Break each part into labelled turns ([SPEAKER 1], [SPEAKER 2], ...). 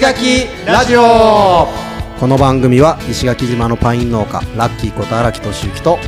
[SPEAKER 1] 垣ラジオ
[SPEAKER 2] この番組は石垣島のパイン農家ラッキーこと荒木俊之と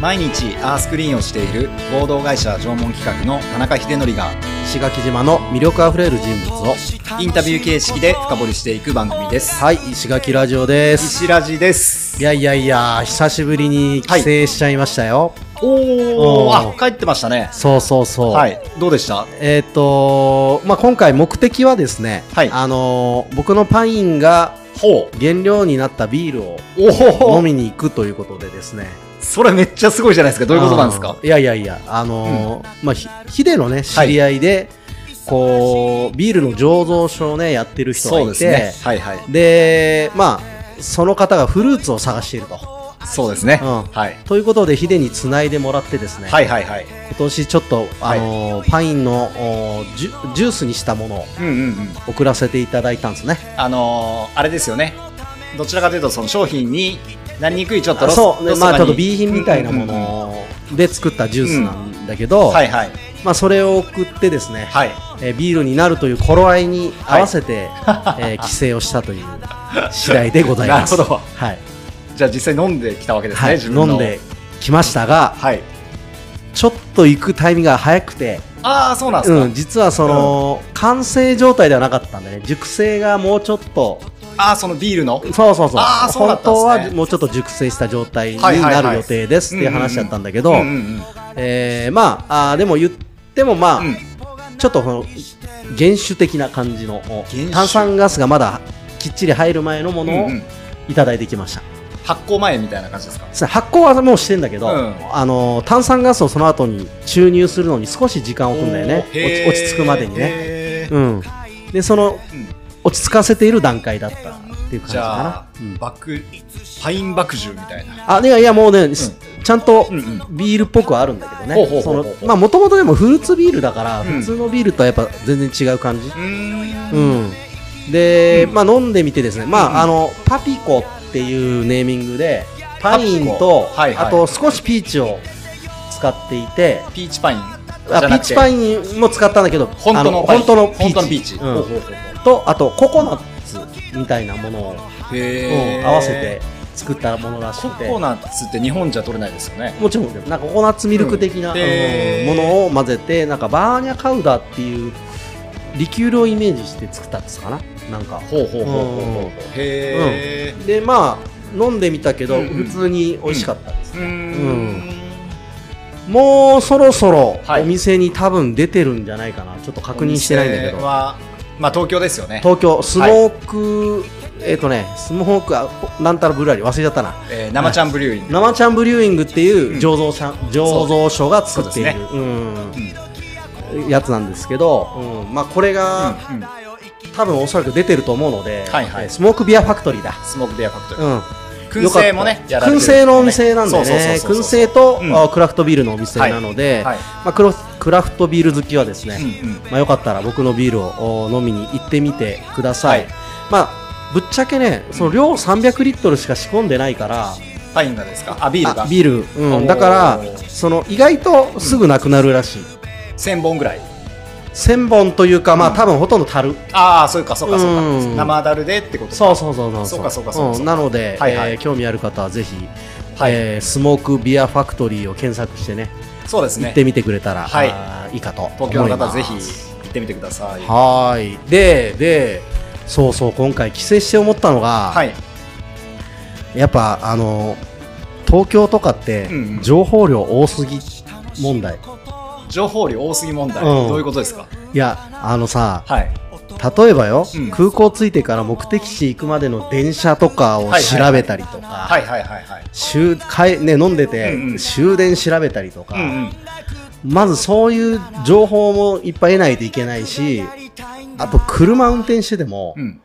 [SPEAKER 1] 毎日アースクリーンをしている合同会社縄文企画の田中秀則が
[SPEAKER 2] 石垣島の魅力あふれる人物を
[SPEAKER 1] インタビュー形式で深掘りしていく番組です
[SPEAKER 2] はい石垣ラジオです
[SPEAKER 1] 石ラジです
[SPEAKER 2] いやいやいや久しぶりに帰省しちゃいましたよ、
[SPEAKER 1] お
[SPEAKER 2] お
[SPEAKER 1] お
[SPEAKER 2] ー
[SPEAKER 1] あ帰ってましたね
[SPEAKER 2] そうそうそう、
[SPEAKER 1] はいどうでした
[SPEAKER 2] えっ、とまあ今回目的はですね、
[SPEAKER 1] はい
[SPEAKER 2] あのー僕のパインが
[SPEAKER 1] ほう
[SPEAKER 2] 原料になったビールを
[SPEAKER 1] お
[SPEAKER 2] 飲
[SPEAKER 1] お
[SPEAKER 2] みに行くということでですね
[SPEAKER 1] それめっちゃすごいじゃないですかどういうことなんです
[SPEAKER 2] あ
[SPEAKER 1] か
[SPEAKER 2] ーいやいやいやあのーまあひヒデのね知り合いで、こうビールの醸造所をねやってる人がい
[SPEAKER 1] そう
[SPEAKER 2] て
[SPEAKER 1] ですねはいはい
[SPEAKER 2] でまあその方がフルーツを探していると。
[SPEAKER 1] そうですね
[SPEAKER 2] うん
[SPEAKER 1] はい
[SPEAKER 2] ということでヒデにつないでもらってですね、
[SPEAKER 1] はいはいはい
[SPEAKER 2] 今年ちょっと、あのーパインのおージュジュースにしたものを
[SPEAKER 1] うんうんうん
[SPEAKER 2] 送らせていただいたんですね。
[SPEAKER 1] あのーあれですよねどちらかというとその商品になりにくいちょっとロス
[SPEAKER 2] そう、ね
[SPEAKER 1] ロスとか
[SPEAKER 2] ま
[SPEAKER 1] に
[SPEAKER 2] あちょっと B 品みたいなも
[SPEAKER 1] うんうんうん
[SPEAKER 2] ので作ったジュースなんだけど、
[SPEAKER 1] はいはい
[SPEAKER 2] まあそれを送ってですね、
[SPEAKER 1] はい
[SPEAKER 2] えービールになるという頃合いに合わせて、えー帰省をしたという次第でございます
[SPEAKER 1] 。なるほど
[SPEAKER 2] はい、
[SPEAKER 1] じゃあ実際飲んできたわけですね、
[SPEAKER 2] はい、
[SPEAKER 1] 自分
[SPEAKER 2] 飲
[SPEAKER 1] の
[SPEAKER 2] んできましたが、
[SPEAKER 1] はい
[SPEAKER 2] ちょっと行くタイミングが早くて、
[SPEAKER 1] ああそうなんですか、
[SPEAKER 2] うん、実はその、完成状態ではなかったんでね、熟成がもうちょっと、
[SPEAKER 1] ああそのビールの
[SPEAKER 2] そうそうそう、
[SPEAKER 1] あーそうだ
[SPEAKER 2] 本
[SPEAKER 1] ったん
[SPEAKER 2] 当
[SPEAKER 1] ですね
[SPEAKER 2] はもうちょっと熟成した状態に
[SPEAKER 1] はいはいは
[SPEAKER 2] ないる予定ですっていう話だったんだけど
[SPEAKER 1] うん、うんうん
[SPEAKER 2] えーまあ、あーでも言ってもまあ、
[SPEAKER 1] うん
[SPEAKER 2] ちょっとこの原酒的な感じの
[SPEAKER 1] 酒
[SPEAKER 2] 炭酸ガスがまだきっちり入る前のもの
[SPEAKER 1] う
[SPEAKER 2] を
[SPEAKER 1] んうん
[SPEAKER 2] いただいてきました、
[SPEAKER 1] 発酵前みたいな感じですか
[SPEAKER 2] そう発酵はもうしてんだけど、
[SPEAKER 1] うん
[SPEAKER 2] あの炭酸ガスをその後に注入するのに少し時間を置くんだよね
[SPEAKER 1] お
[SPEAKER 2] 落
[SPEAKER 1] ーへ
[SPEAKER 2] ち
[SPEAKER 1] ー
[SPEAKER 2] 落ち着くまでにね、
[SPEAKER 1] へー
[SPEAKER 2] うん、でその
[SPEAKER 1] うん
[SPEAKER 2] 落ち着かせている段階だったっていう感じ
[SPEAKER 1] じゃ
[SPEAKER 2] か
[SPEAKER 1] あ
[SPEAKER 2] な、うん、
[SPEAKER 1] 爆パイン爆汁みたいな
[SPEAKER 2] あいやいやもうね、すちゃんと
[SPEAKER 1] うんうん
[SPEAKER 2] ビールっぽくはあるんだけど
[SPEAKER 1] ほうほう
[SPEAKER 2] ね
[SPEAKER 1] ほ
[SPEAKER 2] そう
[SPEAKER 1] ほう
[SPEAKER 2] のまあもともとでもフルーツビールだから、
[SPEAKER 1] うん
[SPEAKER 2] 普通のビールとはやっぱ全然違う感じ
[SPEAKER 1] う、ーん
[SPEAKER 2] うん、で、まあ飲んでみてですね、まあ、
[SPEAKER 1] うん
[SPEAKER 2] あのパピコっていうネーミングでパイン
[SPEAKER 1] パピコ
[SPEAKER 2] と、
[SPEAKER 1] はいはい
[SPEAKER 2] あと少しピーチを使っていて
[SPEAKER 1] ピーチパイン
[SPEAKER 2] あピーチパ
[SPEAKER 1] ン
[SPEAKER 2] インも使ったんだけど
[SPEAKER 1] 本当の
[SPEAKER 2] あ本当の
[SPEAKER 1] 本当のピーチ
[SPEAKER 2] うん
[SPEAKER 1] ほうほうほう
[SPEAKER 2] とあとココナッツみたいなものを、
[SPEAKER 1] へ
[SPEAKER 2] うん
[SPEAKER 1] ー
[SPEAKER 2] 合わせて作ったものらし
[SPEAKER 1] コ
[SPEAKER 2] くて
[SPEAKER 1] コナッツって日本じゃ取れないですよね
[SPEAKER 2] もちろんなんかココナッツミルク的な、
[SPEAKER 1] うんへー
[SPEAKER 2] うんものを混ぜてなんかバーニャカウダっていうリキュールをイメージして作ったんですかななんか
[SPEAKER 1] ほうほうほうほうほ
[SPEAKER 2] う
[SPEAKER 1] うんへえ
[SPEAKER 2] でまあ飲んでみたけど、
[SPEAKER 1] うんうん
[SPEAKER 2] 普通に美味しかったです、
[SPEAKER 1] うーん
[SPEAKER 2] もうそろそろ
[SPEAKER 1] はい
[SPEAKER 2] お店に多分出てるんじゃないかなちょっと確認してないんだけ
[SPEAKER 1] お
[SPEAKER 2] ど
[SPEAKER 1] 店はまあ東京ですよね
[SPEAKER 2] 東京スモーク、えっ、とねスモークあなんたらブルワリー忘れちゃったな
[SPEAKER 1] えー生ちゃんブリューイング
[SPEAKER 2] 生ちゃんブリューイングっていううん醸造者、醸造所が作っている、
[SPEAKER 1] そう
[SPEAKER 2] ん、やつなんですけど、うんまあ、これが、
[SPEAKER 1] うんうん
[SPEAKER 2] 多分おそらく出てると思うので、
[SPEAKER 1] はいはい
[SPEAKER 2] えースモークビアファクトリーだ、
[SPEAKER 1] スモークビアファクトリ
[SPEAKER 2] うん、
[SPEAKER 1] ー燻製もねやられてる
[SPEAKER 2] 燻製のお店なんで
[SPEAKER 1] そう
[SPEAKER 2] ね
[SPEAKER 1] そうそうそう
[SPEAKER 2] 燻製と、
[SPEAKER 1] うん
[SPEAKER 2] あクラフトビールのお店なので、
[SPEAKER 1] はいはい
[SPEAKER 2] まあ、クロクラフトビール好きはですね、
[SPEAKER 1] うんうん
[SPEAKER 2] まあ、よかったら僕のビールをお飲みに行ってみてください、
[SPEAKER 1] はい
[SPEAKER 2] まあ、ぶっちゃけねその量300リットルしか仕込んでないから
[SPEAKER 1] パインがですかあビール
[SPEAKER 2] あ
[SPEAKER 1] が
[SPEAKER 2] ビール、
[SPEAKER 1] お
[SPEAKER 2] う
[SPEAKER 1] ー
[SPEAKER 2] ん、だからその意外とすぐなくなるらしい、
[SPEAKER 1] 1000本ぐらい
[SPEAKER 2] 1000本というかまあ多分ほとんど足る
[SPEAKER 1] ああそうかそうかそう
[SPEAKER 2] う
[SPEAKER 1] か
[SPEAKER 2] ん
[SPEAKER 1] 生だるでってことか
[SPEAKER 2] そうそうそうそう
[SPEAKER 1] そうかそうかそうか
[SPEAKER 2] んなので、
[SPEAKER 1] はいはい
[SPEAKER 2] えー興味ある方はぜひ、
[SPEAKER 1] はい
[SPEAKER 2] えースモークビアファクトリーを検索してね
[SPEAKER 1] そうです
[SPEAKER 2] 行っ
[SPEAKER 1] ね
[SPEAKER 2] てみてくれたら、
[SPEAKER 1] はい
[SPEAKER 2] あーいいかと思います
[SPEAKER 1] 東京の方ぜひ行ってみてください
[SPEAKER 2] はーいででそうそう今回帰省して思ったのが、
[SPEAKER 1] はい
[SPEAKER 2] やっぱあの東京とかって
[SPEAKER 1] うんうん
[SPEAKER 2] 情報量多すぎ問題、
[SPEAKER 1] 情報量多すぎ問題
[SPEAKER 2] うん
[SPEAKER 1] どういうことですか
[SPEAKER 2] いやあのさ
[SPEAKER 1] はい
[SPEAKER 2] 例えばよ、
[SPEAKER 1] うん
[SPEAKER 2] 空港着いてから目的地行くまでの電車とかを
[SPEAKER 1] はいはいは
[SPEAKER 2] 調
[SPEAKER 1] い
[SPEAKER 2] べたりとか、
[SPEAKER 1] はいはいはいはい
[SPEAKER 2] 終帰ね、飲んでて、
[SPEAKER 1] うんうん
[SPEAKER 2] 終電調べたりとか、
[SPEAKER 1] うんうん
[SPEAKER 2] まずそういう情報もいっぱい得ないといけないしあと車運転してても、
[SPEAKER 1] うん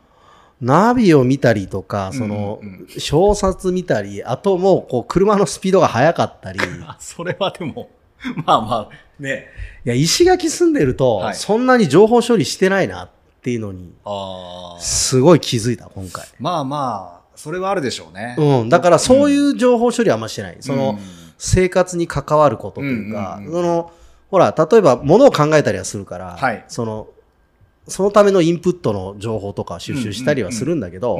[SPEAKER 2] ナビを見たりとかその、
[SPEAKER 1] うんうん
[SPEAKER 2] 小冊見たりあともうこう車のスピードが速かったりい
[SPEAKER 1] あそれはでも まあまあね
[SPEAKER 2] や石垣住んでると、
[SPEAKER 1] はい
[SPEAKER 2] そんなに情報処理してないなっていうのに
[SPEAKER 1] ああ
[SPEAKER 2] すごい気づいた今回。
[SPEAKER 1] まあまあそれはあるでしょうね
[SPEAKER 2] うん、だからそういう情報処理はあんましてない。そ
[SPEAKER 1] うん
[SPEAKER 2] の、生活に関わることというか、
[SPEAKER 1] うんうんうん
[SPEAKER 2] その、ほら、例えば物を考えたりはするから、
[SPEAKER 1] はい
[SPEAKER 2] その、そのためのインプットの情報とか収集したりはするんだけど、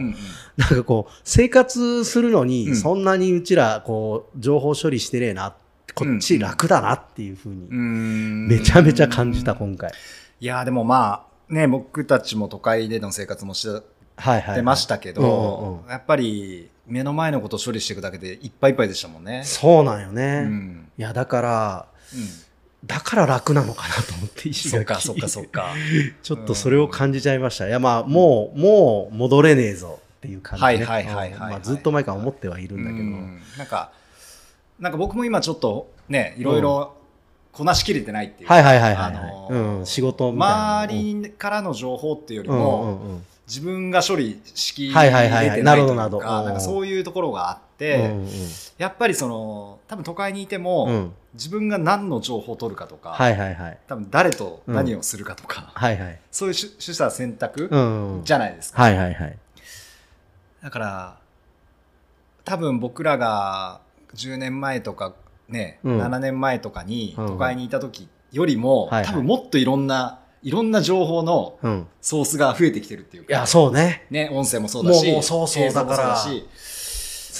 [SPEAKER 2] なんかこう、生活するの
[SPEAKER 1] うん
[SPEAKER 2] に、そんなにうちら、こう、情報処理してねえな、こっち楽だなっていうふうに、め
[SPEAKER 1] め
[SPEAKER 2] ちゃめちゃ感じた、今回。
[SPEAKER 1] いやーでもまあね僕たちも都会での生活もして
[SPEAKER 2] はいはい。
[SPEAKER 1] てましたけど、
[SPEAKER 2] うんうんうん
[SPEAKER 1] やっぱり目の前のことを処理していくだけでいっぱいいっぱいでしたもんね。
[SPEAKER 2] そうなんよ
[SPEAKER 1] う
[SPEAKER 2] ね。
[SPEAKER 1] ん
[SPEAKER 2] いや、だから、
[SPEAKER 1] うん
[SPEAKER 2] だから楽なのかなと思って、石
[SPEAKER 1] そっ
[SPEAKER 2] 垣
[SPEAKER 1] かそっかそっか。
[SPEAKER 2] ちょっとそれを感じちゃいました。いや、まあ、もう、もう戻れねえぞっていう感じね。
[SPEAKER 1] はいはいはいはいはい
[SPEAKER 2] まあずっと前から思ってはいるんだけど。
[SPEAKER 1] うんなんかなんか僕も今ちょっとねいろいろこなしきれてないっていうか、
[SPEAKER 2] はいはいはいはいはい
[SPEAKER 1] あのー
[SPEAKER 2] うん仕事みたいな
[SPEAKER 1] 周りからの情報っていうより
[SPEAKER 2] うん
[SPEAKER 1] も、
[SPEAKER 2] うんうん
[SPEAKER 1] 自分が処理しきれてな
[SPEAKER 2] はいい
[SPEAKER 1] と
[SPEAKER 2] はいいう
[SPEAKER 1] か、
[SPEAKER 2] はいはいなるほどなるほど
[SPEAKER 1] なんかそういうところがあって、
[SPEAKER 2] うんうん
[SPEAKER 1] やっぱりその多分都会にいて
[SPEAKER 2] う
[SPEAKER 1] も、
[SPEAKER 2] ん
[SPEAKER 1] 自分が何の情報を取るかとか、
[SPEAKER 2] はいはいはい。
[SPEAKER 1] 多分誰と何をするかとか、
[SPEAKER 2] はいはい。
[SPEAKER 1] そういう主取捨選択
[SPEAKER 2] うんうん。
[SPEAKER 1] じゃないですか、
[SPEAKER 2] はいはいはい。
[SPEAKER 1] だから多分僕らが10年前とかね、
[SPEAKER 2] うん
[SPEAKER 1] 7年前とかに
[SPEAKER 2] うん
[SPEAKER 1] 都会にいた時よりも、
[SPEAKER 2] はいはい
[SPEAKER 1] 多分もっといろんないろんな情報の
[SPEAKER 2] うん。
[SPEAKER 1] ソースが増えてきてるっていう
[SPEAKER 2] い
[SPEAKER 1] か
[SPEAKER 2] や、そうね。
[SPEAKER 1] ね、音声もそうだし
[SPEAKER 2] もうもうそうそう
[SPEAKER 1] 映像も
[SPEAKER 2] だから
[SPEAKER 1] し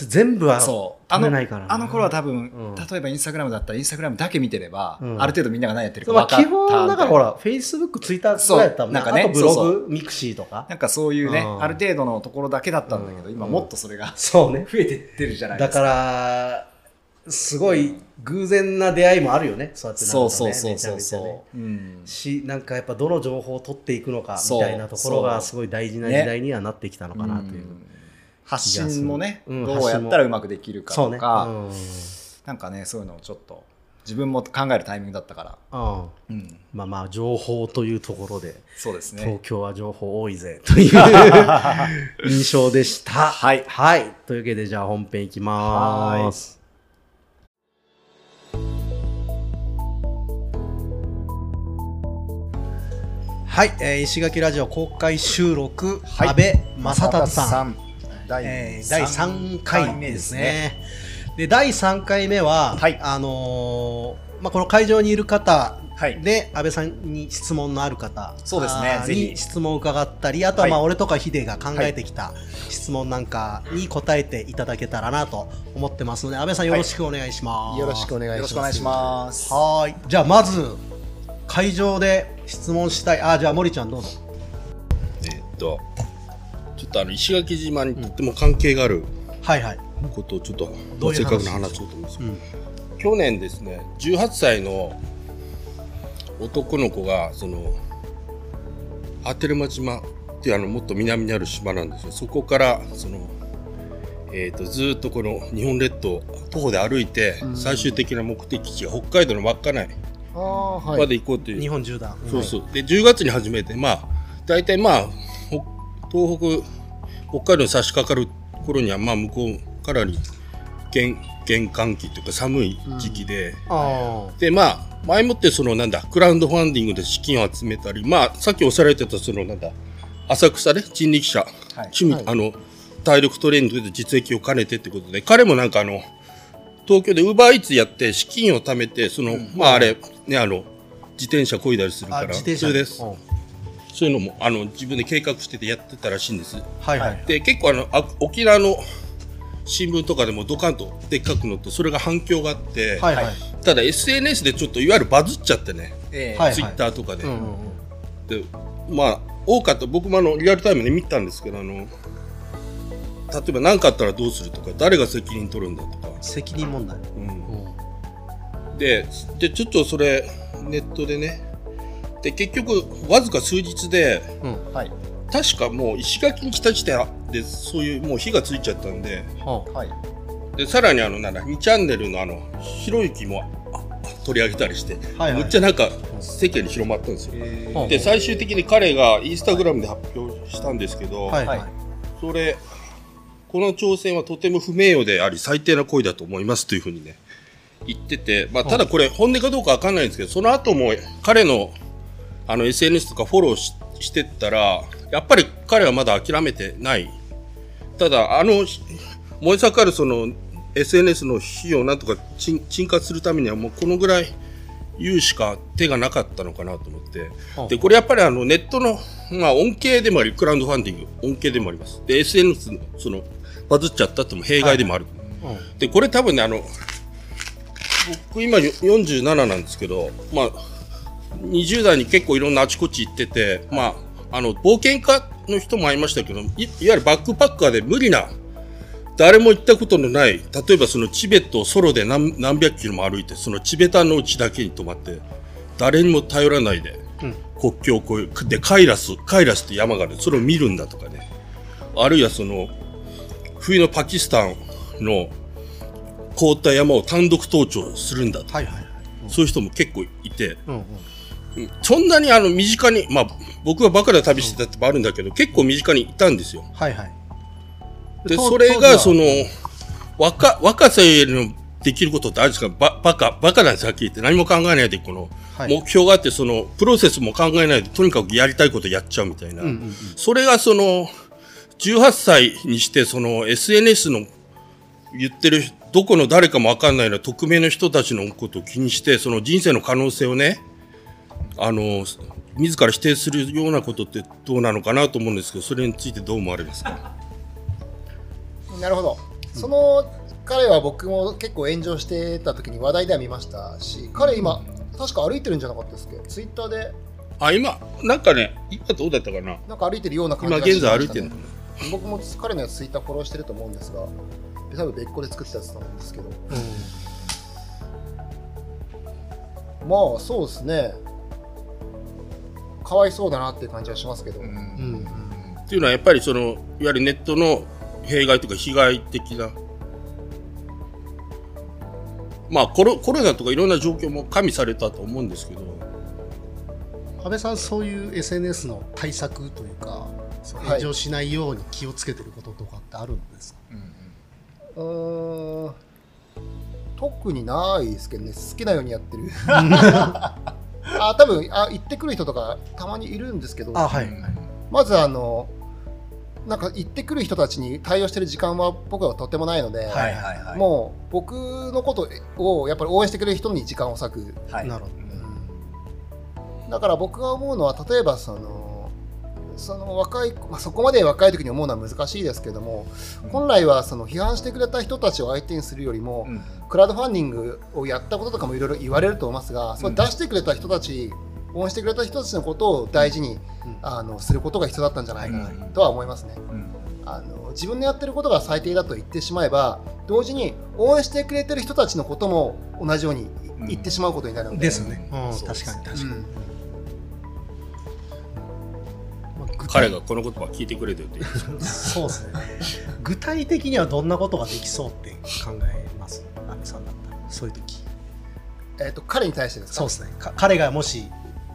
[SPEAKER 2] 全部は、
[SPEAKER 1] そう
[SPEAKER 2] 止
[SPEAKER 1] あの
[SPEAKER 2] めないからな
[SPEAKER 1] あの頃は多分、
[SPEAKER 2] うん
[SPEAKER 1] 例えばインスタグラムだったらインスタグラムだけ見てれば、
[SPEAKER 2] うん
[SPEAKER 1] ある程度みんなが何やってるか
[SPEAKER 2] まあ、
[SPEAKER 1] 分かった
[SPEAKER 2] 基本、だからほら、Facebook、Twitter とかやったもんね。
[SPEAKER 1] そうなんかね
[SPEAKER 2] あとブロ
[SPEAKER 1] そう
[SPEAKER 2] グ、ミクシーとか。
[SPEAKER 1] なんかそういうね、
[SPEAKER 2] うん
[SPEAKER 1] ある程度のところだけだったんだけ
[SPEAKER 2] う
[SPEAKER 1] ど、
[SPEAKER 2] ん
[SPEAKER 1] 今もっとそれが
[SPEAKER 2] そうね。
[SPEAKER 1] 増えてってるじゃないで
[SPEAKER 2] だ
[SPEAKER 1] すか。
[SPEAKER 2] から、すごい偶然な出会いもあるよね。そうやってなんか
[SPEAKER 1] そ
[SPEAKER 2] ね
[SPEAKER 1] うそうそう
[SPEAKER 2] めちゃ
[SPEAKER 1] そ
[SPEAKER 2] めちゃ
[SPEAKER 1] う
[SPEAKER 2] ね
[SPEAKER 1] そう。うん
[SPEAKER 2] し、なんかやっぱどの情報を取っていくのか
[SPEAKER 1] そう
[SPEAKER 2] みたいなところがすごい大事な時代にはなってきたのかなというう。
[SPEAKER 1] ん発信もね、
[SPEAKER 2] うん
[SPEAKER 1] どうやったらうまくできるか
[SPEAKER 2] そう
[SPEAKER 1] と
[SPEAKER 2] ね。
[SPEAKER 1] か、
[SPEAKER 2] うん
[SPEAKER 1] なんかね、そういうのをちょっと自分も考えるタイミングだったか
[SPEAKER 2] う
[SPEAKER 1] ら、
[SPEAKER 2] ん
[SPEAKER 1] うん、
[SPEAKER 2] まあまあ、情報というところで、
[SPEAKER 1] そうですね
[SPEAKER 2] 東。京は情報多いぜ という印象でした。
[SPEAKER 1] はい
[SPEAKER 2] はい。というわけで、じゃあ本編いきます。はい、えー石垣ラジオ公開収録、
[SPEAKER 1] はい
[SPEAKER 2] 安倍正達さん
[SPEAKER 1] ん。第
[SPEAKER 2] えー第
[SPEAKER 1] 三
[SPEAKER 2] 3回目ですね。で第3回目は、
[SPEAKER 1] はい
[SPEAKER 2] あのーまあ、この会場にいる方
[SPEAKER 1] はい
[SPEAKER 2] で安倍さんに質問のある方
[SPEAKER 1] そうですね
[SPEAKER 2] あー
[SPEAKER 1] ぜひ
[SPEAKER 2] に質問を伺ったりあとはまあ
[SPEAKER 1] はい
[SPEAKER 2] 俺とかヒデが考えてきた質問なんかに答えていただけたらなと思ってますので安倍さんよろしくお願いします。
[SPEAKER 3] よろしくお願いします。
[SPEAKER 1] よろしくお願いします。
[SPEAKER 2] はーいじゃあまず会場で質問したいあーじゃあ森ちゃんどうぞ。
[SPEAKER 3] えーっと、ちょっとあの石垣島にとっても関係がある
[SPEAKER 2] はいはい。
[SPEAKER 3] ことをちょっと、
[SPEAKER 2] どうい
[SPEAKER 3] せ
[SPEAKER 2] う話
[SPEAKER 3] っかくの話をと思うんですよ。
[SPEAKER 2] うん
[SPEAKER 3] 去年ですね、18歳の男の子がその波照間島っていうあのもっと南にある島なんですよ。そこからそのえー、とずーっとこの日本列島徒歩で歩いて
[SPEAKER 2] ん
[SPEAKER 3] 最終的な目的地が北海道の稚内まで行こうという
[SPEAKER 2] 日本縦断。
[SPEAKER 3] そうそう。で、10月に始めて、まあ、大体まあ、ほ東北、北海道に差し掛かる頃には、まあ、向こうからに、玄、玄関期というか寒い時期で、
[SPEAKER 2] あ
[SPEAKER 3] で、まあ、前もってその、なんだ、クラウドファンディングで資金を集めたり、まあ、さっきおっしゃられてた、その、なんだ、浅草ね、人力車、
[SPEAKER 1] はい
[SPEAKER 3] 趣味、あの、体力トレーニングで実益を兼ねてってことで、彼もなんかあの、東京でウーバーイーツやって資金を貯めて、その、まああれ、ね、あの、自転車こいだりする
[SPEAKER 2] ーあ
[SPEAKER 3] から、
[SPEAKER 2] 自転
[SPEAKER 3] そ
[SPEAKER 2] 車
[SPEAKER 3] れです。
[SPEAKER 2] うん
[SPEAKER 3] そういうのもあの自分で計画しててやってたらしいんです。
[SPEAKER 2] はいはい。
[SPEAKER 3] で結構あのあ沖縄の新聞とかでもドカンとでっかく載ってそれが反響があって、
[SPEAKER 2] はいはい。
[SPEAKER 3] ただ SNS でちょっといわゆるバズっちゃってね、
[SPEAKER 1] えー
[SPEAKER 2] はい
[SPEAKER 3] ツイッターとかで。
[SPEAKER 2] うんうんうん
[SPEAKER 3] でまあ多かった僕もあのリアルタイムで見たんですけどあの例えば何かあったらどうするとか誰が責任取るんだとか。
[SPEAKER 2] 責任問題。
[SPEAKER 3] うんででちょっとそれネットでねで結局わずか数日で、
[SPEAKER 2] うん
[SPEAKER 1] はい
[SPEAKER 3] 確かもう石垣に来た時点でそういうもう火がついちゃったんで
[SPEAKER 1] はい
[SPEAKER 3] でさらにあのなんだ2チャンネルのあのひろゆきもあ取り上げたりして、
[SPEAKER 2] はいはい
[SPEAKER 3] むっちゃなんか世間に広まったんですよ。
[SPEAKER 1] え
[SPEAKER 2] うん
[SPEAKER 1] ー
[SPEAKER 3] で最終的に彼がインスタグラムで発表したんですけど、
[SPEAKER 2] はいはい。
[SPEAKER 1] はい
[SPEAKER 3] それこの挑戦はとても不名誉であり最低な行為だと思いますというふうにね言ってて、まあ、ただこれ本音かどうかわかんないんですけどその後も彼のあの SNS とかフォローししてったらやっぱり彼はまだ諦めてないただあのひ燃え盛るその SNS の火をなんとか鎮鎮火するためにはもうこのぐらい言うしか手がなかったのかなと思ってでこれやっぱりあのネットのまあ、恩恵でもあり、クラウドファンディング、恩恵でもあります。で、SNS の、その、バズっちゃったっても弊害でもある。で、これ多分ね、あの、僕今よ47なんですけど、まあ、20代に結構いろんなあちこち行ってて、まあ、あの、冒険家の人も会いましたけど、いいわゆるバックパッカーで無理な、誰も行ったことのない、例えばそのチベットをソロで何何百キロも歩いて、そのチベタンのうちだけに泊まって、誰にも頼らないで、
[SPEAKER 2] うん
[SPEAKER 3] 国境を越えく、で、カイラス、カイラスって山がある、それを見るんだとかね。あるいはその、冬のパキスタンの凍った山を単独登頂するんだとか、
[SPEAKER 2] はいはい。
[SPEAKER 3] そういう人も結構いて、
[SPEAKER 2] うんうん。
[SPEAKER 3] そんなにあの身近に、まあ僕はバカで旅してたってもあるんだけど、結構身近にいたんですよ。
[SPEAKER 2] はいはい。
[SPEAKER 3] で、
[SPEAKER 2] と
[SPEAKER 3] それがそ
[SPEAKER 2] 当時
[SPEAKER 3] の、若、若さよりのできることってあるんですかば、バカ、バカなんですはっきり言って何も考えないで、この、
[SPEAKER 2] はい
[SPEAKER 3] 目標があって、その、プロセスも考えないで、とにかくやりたいことやっちゃうみたいな。
[SPEAKER 2] はうんうんうん。
[SPEAKER 3] それがその、18歳にして、その SNS の言ってる、どこの誰かもわかんないような匿名の人たちのことを気にして、その人生の可能性をね、あの、自ら否定するようなことってどうなのかなと思うんですけど、それについてどう思われますか
[SPEAKER 4] なるほど。その彼は僕も結構炎上してた時に話題では見ましたし、彼今、確か歩いてるんじゃなかったですっけど、ツイッターで
[SPEAKER 3] あ、今、なんかね、今どうだったかな
[SPEAKER 4] なんか歩いてるような感じ
[SPEAKER 3] 今
[SPEAKER 4] が
[SPEAKER 3] 現在歩
[SPEAKER 4] し
[SPEAKER 3] い
[SPEAKER 4] ましてた
[SPEAKER 3] るの
[SPEAKER 4] ね
[SPEAKER 3] かな
[SPEAKER 4] 僕も彼のやつツイッターフォローしてると思うんですが、多分別個で作ってたやつなんですけど、まあそうですね、かわいそうだなっていう感じはしますけど、
[SPEAKER 2] うんうん
[SPEAKER 3] っていうのはやっぱりその、いわゆるネットの弊害とか被害的な。まあコロ、コロナとかいろんな状況も加味されたと思うんですけど、
[SPEAKER 5] 安倍さんそういう SNS の対策というか
[SPEAKER 4] い
[SPEAKER 5] 炎上しないように気をつけてることとかってあるんですか、
[SPEAKER 4] うーん特にないですけどね、好きなようにやっ てる。あ多分あ行ってくる人とかたまにいるんですけど、
[SPEAKER 2] あ、はい。
[SPEAKER 4] まずあの、なんか行ってくる人たちに対応してる時間は僕はとてもないので、
[SPEAKER 1] はいはいはい。
[SPEAKER 4] もう僕のことをやっぱり応援してくれる人に時間を割く。
[SPEAKER 1] はい
[SPEAKER 5] なるほど
[SPEAKER 4] だから僕が思うのは、例えばその、その若い、まあ、そこまで若い時に思うのは難しいですけども、本来はその批判してくれた人たちを相手にするよりも、
[SPEAKER 1] うん
[SPEAKER 4] クラウドファンディングをやったこととかもいろいろ言われると思いますが、それ出してくれた人たち、応援してくれた人たちのことを大事に、
[SPEAKER 5] うん
[SPEAKER 4] あのすることが必要だったんじゃないか
[SPEAKER 1] うん
[SPEAKER 4] なとは思いますね。
[SPEAKER 1] うん
[SPEAKER 4] あの自分のやってることが最低だと言ってしまえば、同時に応援してくれてる人たちのことも同じように
[SPEAKER 1] うん
[SPEAKER 4] 言ってしまうことになるので。
[SPEAKER 2] ですね。うん、
[SPEAKER 4] そう
[SPEAKER 2] 確かに確かに。
[SPEAKER 4] うん
[SPEAKER 5] まあ具体
[SPEAKER 3] 彼がこの言葉聞いてくれてるっていう。
[SPEAKER 5] そうですね具体的にはどんなことができそうって考えます安倍さんだったらそういう時
[SPEAKER 4] えっと彼に対してですか
[SPEAKER 5] そうですねか彼がもし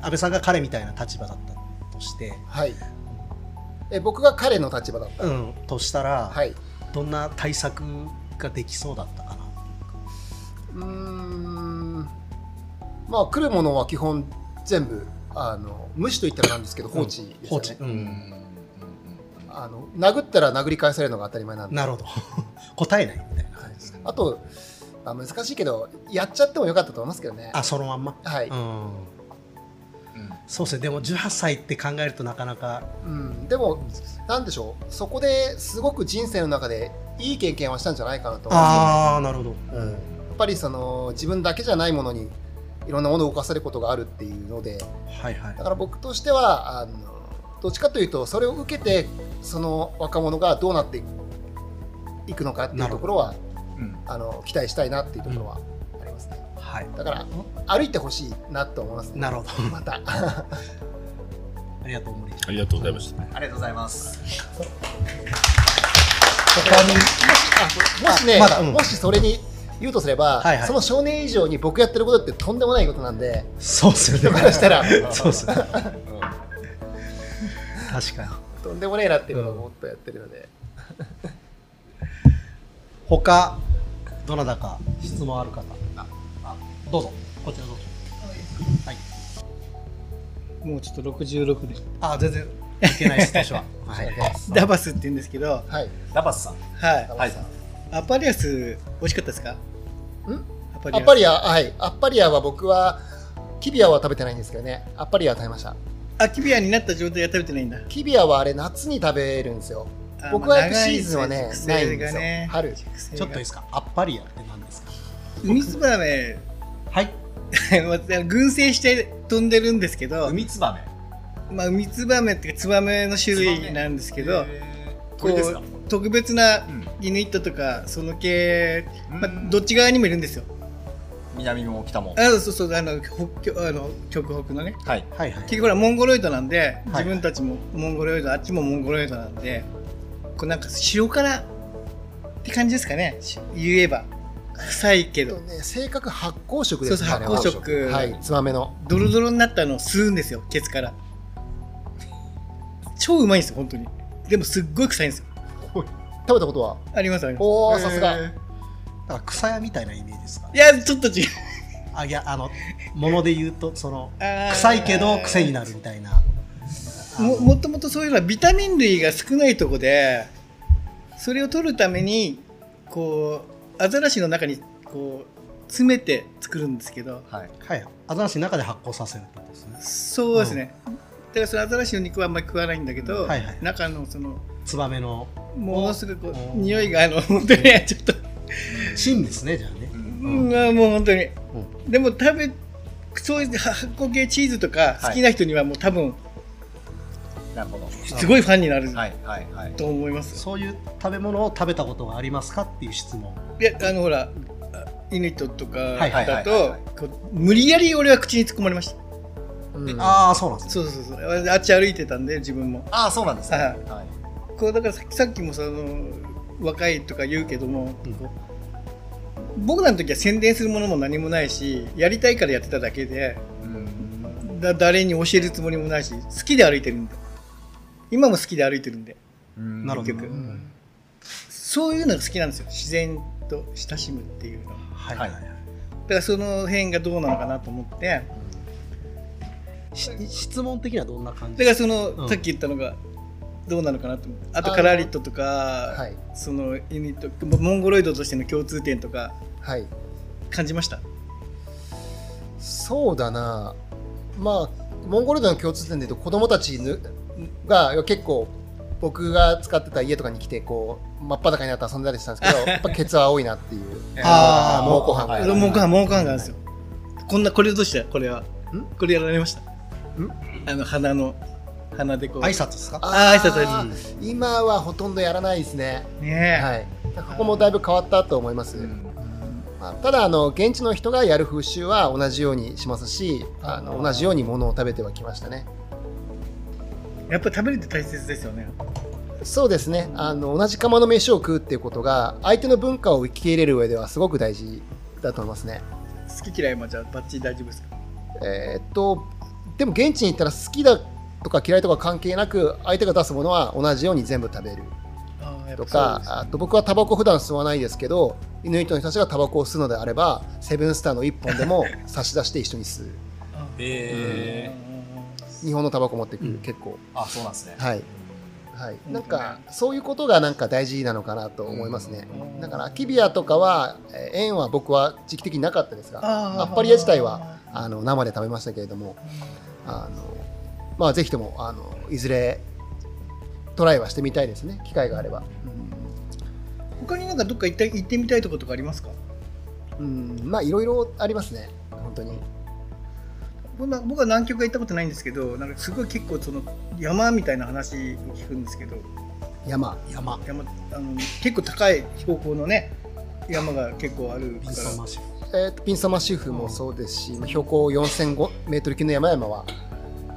[SPEAKER 5] 安倍さんが彼みたいな立場だったとして
[SPEAKER 4] はいえ僕が彼の立場だった
[SPEAKER 5] うんとしたら、
[SPEAKER 4] はい
[SPEAKER 5] どんな対策ができそうだったかな
[SPEAKER 4] うーんまあ来るものは基本全部あの無視といったらなんですけど放置ですよね
[SPEAKER 5] 放置、う、
[SPEAKER 1] うんん
[SPEAKER 4] あの殴ったら殴り返されるのが当たり前なんで
[SPEAKER 5] なるほど 答えないみたいな
[SPEAKER 4] はい
[SPEAKER 5] 感じですね
[SPEAKER 4] あと、まあ、難しいけどやっちゃってもよかったと思いますけどね
[SPEAKER 5] あそのまんま
[SPEAKER 4] はい、
[SPEAKER 5] うんそうですねでも18歳って考えるとなかなか
[SPEAKER 4] うん、でもなんでしょうそこですごく人生の中でいい経験はしたんじゃないかなと思います
[SPEAKER 5] ああなるほど、うん
[SPEAKER 4] やっぱりその自分だけじゃないものにいろんなものを動かされることがあるっていうので
[SPEAKER 5] はいはい
[SPEAKER 4] だから僕としてはあのどっちかというとそれを受けてその若者がどうなっていくのかっていうところは
[SPEAKER 1] うん
[SPEAKER 4] あの期待したいなっていうところはありますね、
[SPEAKER 5] はい
[SPEAKER 4] だから歩いてほしいなと思いますね
[SPEAKER 5] なるほど
[SPEAKER 4] また
[SPEAKER 5] ありがとう森ちゃん
[SPEAKER 3] ありがとうございました。
[SPEAKER 1] ありがとうございます。
[SPEAKER 5] 他に
[SPEAKER 4] もしね、
[SPEAKER 5] まだうん
[SPEAKER 4] もしそれに言うとすれば、
[SPEAKER 5] はいはい
[SPEAKER 4] その少年以上に僕やってることってとんでもないことなんで
[SPEAKER 5] そうっすよ
[SPEAKER 4] 人
[SPEAKER 5] ね
[SPEAKER 4] からしたら
[SPEAKER 5] そうっすよね確かに
[SPEAKER 4] とんでもねえなっていうことをもっとやってるので、
[SPEAKER 5] 他どなたか質問ある方あどうぞこちらどうぞはい
[SPEAKER 6] もうちょっと66で
[SPEAKER 5] あ全然いけないです私 ははい
[SPEAKER 6] ダバスって言うんですけど、
[SPEAKER 4] はい
[SPEAKER 1] ラバスさん。
[SPEAKER 6] はい、
[SPEAKER 4] はいさん
[SPEAKER 6] アパリアス美味しかったですかんアパリア
[SPEAKER 4] ア
[SPEAKER 6] ス
[SPEAKER 4] ッパリア、はい。アッパリアは僕は、キビアは食べてないんですけどね。アッパリアは食べました。
[SPEAKER 6] あ、キビアになった状態が食べてないんだ。
[SPEAKER 4] キビアはあれ夏に食べるんですよ
[SPEAKER 6] あ
[SPEAKER 4] 僕
[SPEAKER 6] まあ
[SPEAKER 4] はやっぱシーズンはね
[SPEAKER 6] 長い
[SPEAKER 4] ない
[SPEAKER 6] 生
[SPEAKER 4] んで
[SPEAKER 6] が
[SPEAKER 4] すよ
[SPEAKER 6] ね。
[SPEAKER 4] 春
[SPEAKER 5] ちょっといいですか、あっぱりやって何ですか。
[SPEAKER 6] 海つばめ、
[SPEAKER 5] はい、
[SPEAKER 6] 私群生して飛んでるんですけど、
[SPEAKER 5] 海つばめ。
[SPEAKER 6] まあ、海つばめっていうかツバメの種類なんですけど、
[SPEAKER 5] これですか。
[SPEAKER 6] 特別な
[SPEAKER 1] うん
[SPEAKER 6] イヌイットとかその系、ま
[SPEAKER 1] うん
[SPEAKER 6] あ、どっち側にもいるんですよ。
[SPEAKER 1] 南も北も
[SPEAKER 6] あそうそうあの北極あの極北のね
[SPEAKER 1] はい
[SPEAKER 5] はいはい。
[SPEAKER 6] 結局ほらモンゴロイドなんで、
[SPEAKER 5] はい
[SPEAKER 6] 自分たちもモンゴロイドあっちもモンゴロイドなんでこうなんか塩辛って感じですかねし言えば臭いけ
[SPEAKER 4] えっと
[SPEAKER 6] ど
[SPEAKER 4] ね性格発酵食ですね
[SPEAKER 6] そうそう
[SPEAKER 4] あれは
[SPEAKER 6] 発酵食
[SPEAKER 4] はいツバメの
[SPEAKER 6] ドロドロになったのを吸うんですよケツから超うまいんですよ本当にでもすっごい臭いんですよ
[SPEAKER 4] 食べたことは
[SPEAKER 6] ありますあります
[SPEAKER 4] おおさすが
[SPEAKER 5] だから草屋みたいなイメージですか
[SPEAKER 6] い。やちょっと違う
[SPEAKER 5] あいやあのもので言うとその
[SPEAKER 6] あー
[SPEAKER 5] 臭いけど癖になるみたいな。
[SPEAKER 6] ももともとそういうのはビタミン類が少ないとこでそれを取るためにこうアザラシの中にこう詰めて作るんですけど
[SPEAKER 1] はい
[SPEAKER 5] はい。アザラシの中で発酵させるってことですね。
[SPEAKER 6] そうですね、だからそのアザラシの肉はあんまり食わないんだけど、
[SPEAKER 5] はいはい
[SPEAKER 6] 中のその
[SPEAKER 5] ツバメの
[SPEAKER 6] ものすごくこう
[SPEAKER 5] お
[SPEAKER 6] 匂いがあの本当にねちょっと、
[SPEAKER 5] 芯ですねじゃあね。
[SPEAKER 6] うんもう本当に、でも食べそういう発酵系チーズとか好きな人にはもう多分
[SPEAKER 1] なるほど
[SPEAKER 6] すごいファンになる
[SPEAKER 1] はいはいはい
[SPEAKER 6] と思います、
[SPEAKER 5] そういう食べ物を食べたことがありますかっていう質問。
[SPEAKER 6] いやあのほらあイヌイットとか
[SPEAKER 5] はいはい
[SPEAKER 1] はいは
[SPEAKER 6] だ
[SPEAKER 1] いは
[SPEAKER 6] とこう無理やり俺は口に突っ込まれました
[SPEAKER 4] うん
[SPEAKER 5] ああそうなんですね。
[SPEAKER 6] そうそうそうあっち歩いてたんで自分も
[SPEAKER 1] ああそうなんですね
[SPEAKER 6] はい
[SPEAKER 1] はい
[SPEAKER 6] こうだからさっきさっきもその若いとか言うけども、こう僕らの時は宣伝するものも何もないしやりたいからやってただけで
[SPEAKER 1] うん
[SPEAKER 6] だ誰に教えるつもりもないし好きで歩いてるんで今も好きで歩いてるんで
[SPEAKER 1] うん
[SPEAKER 5] なるほど。
[SPEAKER 6] 結局
[SPEAKER 5] うん
[SPEAKER 6] そういうのが好きなんですよ自然と親しむっていうのは
[SPEAKER 5] はいはいはい。
[SPEAKER 6] だからその辺がどうなのかなと思って
[SPEAKER 5] し質問的にはどんな感じ
[SPEAKER 6] だからその、
[SPEAKER 5] うん
[SPEAKER 6] さっき言ったのがどうなのかなと思ってあ
[SPEAKER 4] あ
[SPEAKER 6] と
[SPEAKER 4] の
[SPEAKER 6] カラリットとか、
[SPEAKER 4] はい
[SPEAKER 6] そのユニットモンゴロイドとしての共通点とか
[SPEAKER 4] はい
[SPEAKER 6] 感じました
[SPEAKER 4] そうだなまあモンゴルドの共通点で言うと子供たちぬが結構僕が使ってた家とかに来てこう真っ裸になって遊んだりしたんですけどやっぱケツは多いなっていう
[SPEAKER 5] あー
[SPEAKER 4] もうご飯
[SPEAKER 1] はい
[SPEAKER 6] モンゴハンモンゴハンがあるんですよ、こんなこれどうしてこれはこれやられましたあの鼻の鼻でこう
[SPEAKER 5] 挨拶ですか
[SPEAKER 6] あー挨拶
[SPEAKER 4] あー今はほとんどやらないですね
[SPEAKER 6] ねえ、
[SPEAKER 4] はいここもだいぶ変わったと思います、
[SPEAKER 1] うん
[SPEAKER 4] まあただあの現地の人がやる風習は同じようにしますしあの同じようにものを食べてはきましたね
[SPEAKER 6] やっぱり食べるって大切ですよね
[SPEAKER 4] そうですねあの同じ釜の飯を食うっていうことが相手の文化を受け入れる上ではすごく大事だと思いますね
[SPEAKER 6] 好き嫌いもじゃあバッチリ大丈夫ですか
[SPEAKER 4] えーっとでも現地に行ったら好きだとか嫌いとか関係なく相手が出すものは同じように全部食べる
[SPEAKER 6] あーやっぱ
[SPEAKER 4] とか、あと僕はタバコ普段吸わないですけどイヌイットの人たちがタバコを吸うのであればセブンスターの1本でも差し出して一緒に吸う
[SPEAKER 1] ええ
[SPEAKER 4] 日本のタバコ持ってくる、結構
[SPEAKER 1] あそうなんですね
[SPEAKER 4] はい、はい、なんかそういうことがなんか大事なのかなと思いますね、
[SPEAKER 6] うん
[SPEAKER 4] だからキビアとかはえー縁は僕は時期的になかったですが
[SPEAKER 6] あ
[SPEAKER 4] アッパリア自体はあの生で食べましたけれどもあのまあぜひともあのいずれトライはしてみたいですね機会があれば、
[SPEAKER 6] 他になんかどっか行った行ってみたいとことかありますか
[SPEAKER 4] うん、まあいろいろありますね本当に
[SPEAKER 6] 僕は僕は南極は行ったことないんですけどなんかすごい結構その山みたいな話を聞くんですけど
[SPEAKER 4] 山
[SPEAKER 5] 山
[SPEAKER 6] 山あの結構高い標高のね山が結構ある
[SPEAKER 5] ピ
[SPEAKER 6] か
[SPEAKER 5] ンソン
[SPEAKER 6] ら
[SPEAKER 5] マシフ
[SPEAKER 4] えーとピンサマシフもそうですし、まあ標高4005メートル級の山々は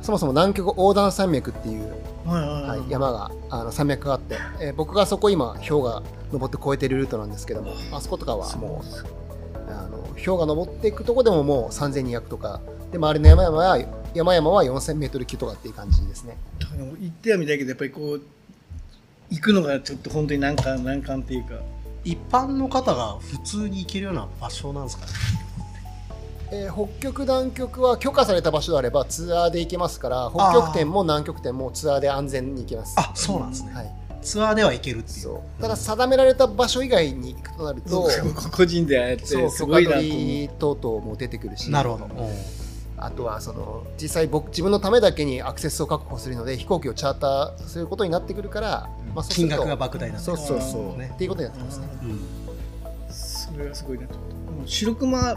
[SPEAKER 4] そもそも南極横断山脈っていう
[SPEAKER 6] は
[SPEAKER 4] はい、
[SPEAKER 6] い
[SPEAKER 4] 山があの山脈があって、えー僕がそこ今氷が登って越えてるルートなんですけどもあそことかはもうあの氷が登っていくとこでももう3200とかで周りの山々は山々は 4000m 級とかっていう感じですね
[SPEAKER 6] 行ってはみたいけどやっぱりこう行くのがちょっと本当に難関難関っていうか
[SPEAKER 5] 一般の方が普通に行けるような場所なんですかね
[SPEAKER 4] えー北極南極は許可された場所であればツアーで行けますから北極点も南極点もツアーで安全に行けます
[SPEAKER 5] あそうなんですね、
[SPEAKER 4] はい、
[SPEAKER 5] ツアーでは行けるっていう
[SPEAKER 4] そうただ定められた場所以外に行くとな ると
[SPEAKER 6] 個人でやって
[SPEAKER 4] そう
[SPEAKER 6] す
[SPEAKER 4] 許
[SPEAKER 6] ご
[SPEAKER 4] 可
[SPEAKER 6] いなと思う
[SPEAKER 4] 取り等々も出てくるし
[SPEAKER 5] なるほど、
[SPEAKER 4] あとはその実際僕自分のためだけにアクセスを確保するので飛行機をチャーターすることになってくるから、まあ、そうす
[SPEAKER 5] 金
[SPEAKER 4] ると
[SPEAKER 5] 額が莫大な
[SPEAKER 4] そうそうそう、
[SPEAKER 5] ね
[SPEAKER 4] っていうことになってますね。
[SPEAKER 6] それはすごいなと思ったでも白熊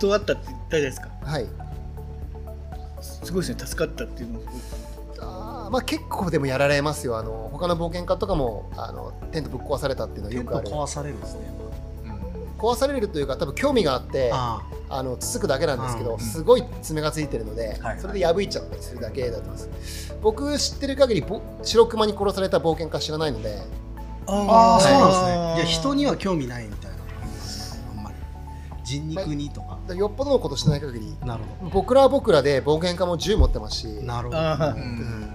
[SPEAKER 6] と会ったって言ったじゃないですか
[SPEAKER 4] はい
[SPEAKER 6] すごいですね助かったっていうのもすごい
[SPEAKER 4] あーまあ、結構でもやられますよ、あの他の冒険家とかもあのテントぶっ壊されたっていうのは
[SPEAKER 5] テ
[SPEAKER 4] よ
[SPEAKER 5] ン
[SPEAKER 4] く
[SPEAKER 5] ト
[SPEAKER 4] ある
[SPEAKER 5] 壊されるんですね。
[SPEAKER 4] 壊されるというか、多分興味があって、あ
[SPEAKER 5] あ
[SPEAKER 4] のつつくだけなんですけ
[SPEAKER 5] う
[SPEAKER 4] ど、
[SPEAKER 5] ん
[SPEAKER 4] すごい爪がついてるので、
[SPEAKER 5] はい
[SPEAKER 4] それで破いちゃったりするだけだと思います。僕、知ってる限り、ぼ白熊に殺された冒険家知らないので、
[SPEAKER 5] あ
[SPEAKER 6] ー
[SPEAKER 5] そうなんですね。じゃあ
[SPEAKER 6] は
[SPEAKER 5] 人には興味ないみたいな。あんまり人肉にとか。
[SPEAKER 4] よっぽどのことしてない限り、
[SPEAKER 5] なるほ
[SPEAKER 4] 僕らは僕らで冒険家も銃持ってますし、
[SPEAKER 5] ど。なるほど。
[SPEAKER 6] あーはい
[SPEAKER 1] うん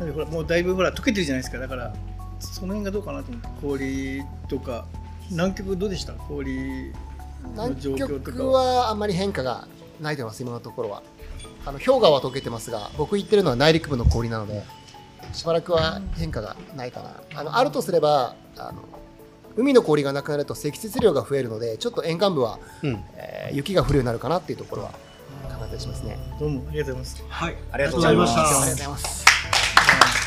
[SPEAKER 6] なんでほらもうだいぶほら溶けてるじゃないですかだからその辺がどうかなと思って氷とか南極どうでした氷の
[SPEAKER 4] 南
[SPEAKER 6] 状況とか
[SPEAKER 4] 極はあんまり変化がないと思います、今のところは。あの氷河は溶けてますが、僕行ってるのは内陸部の氷なので、しばらくは変化がないかな。あのあるとすればあの、海の氷がなくなると積雪量が増えるので、ちょっと沿岸部は、
[SPEAKER 5] うん
[SPEAKER 4] えー雪が降るようになるかなっていうところは考えたりしますね。
[SPEAKER 6] どうもありがとうございます
[SPEAKER 5] はい。
[SPEAKER 1] ありがとうございま
[SPEAKER 5] ありがとうございました
[SPEAKER 4] ありが
[SPEAKER 1] す
[SPEAKER 4] とうございます。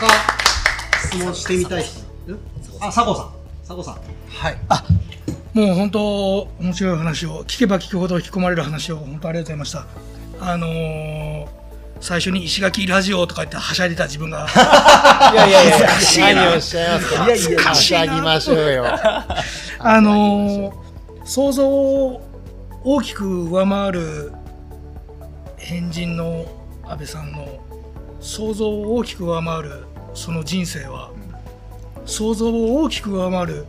[SPEAKER 5] 他質問してみたい人。んあ、佐藤さん。佐藤さん。
[SPEAKER 7] はい、あもう本当面白い話を聞けば聞くほど引き込まれる話を本当ありがとうございましたあのー最初に石垣ラジオとか言ってはしゃいでた自分が
[SPEAKER 4] いやいやいや、
[SPEAKER 7] しいな
[SPEAKER 4] 何をおっしゃいますか。いやいや、はしゃぎましょうよ。
[SPEAKER 7] あのー想像を大きく上回る変人の安倍さんの想像を大きく上回るその人生は、想像を大きく上回る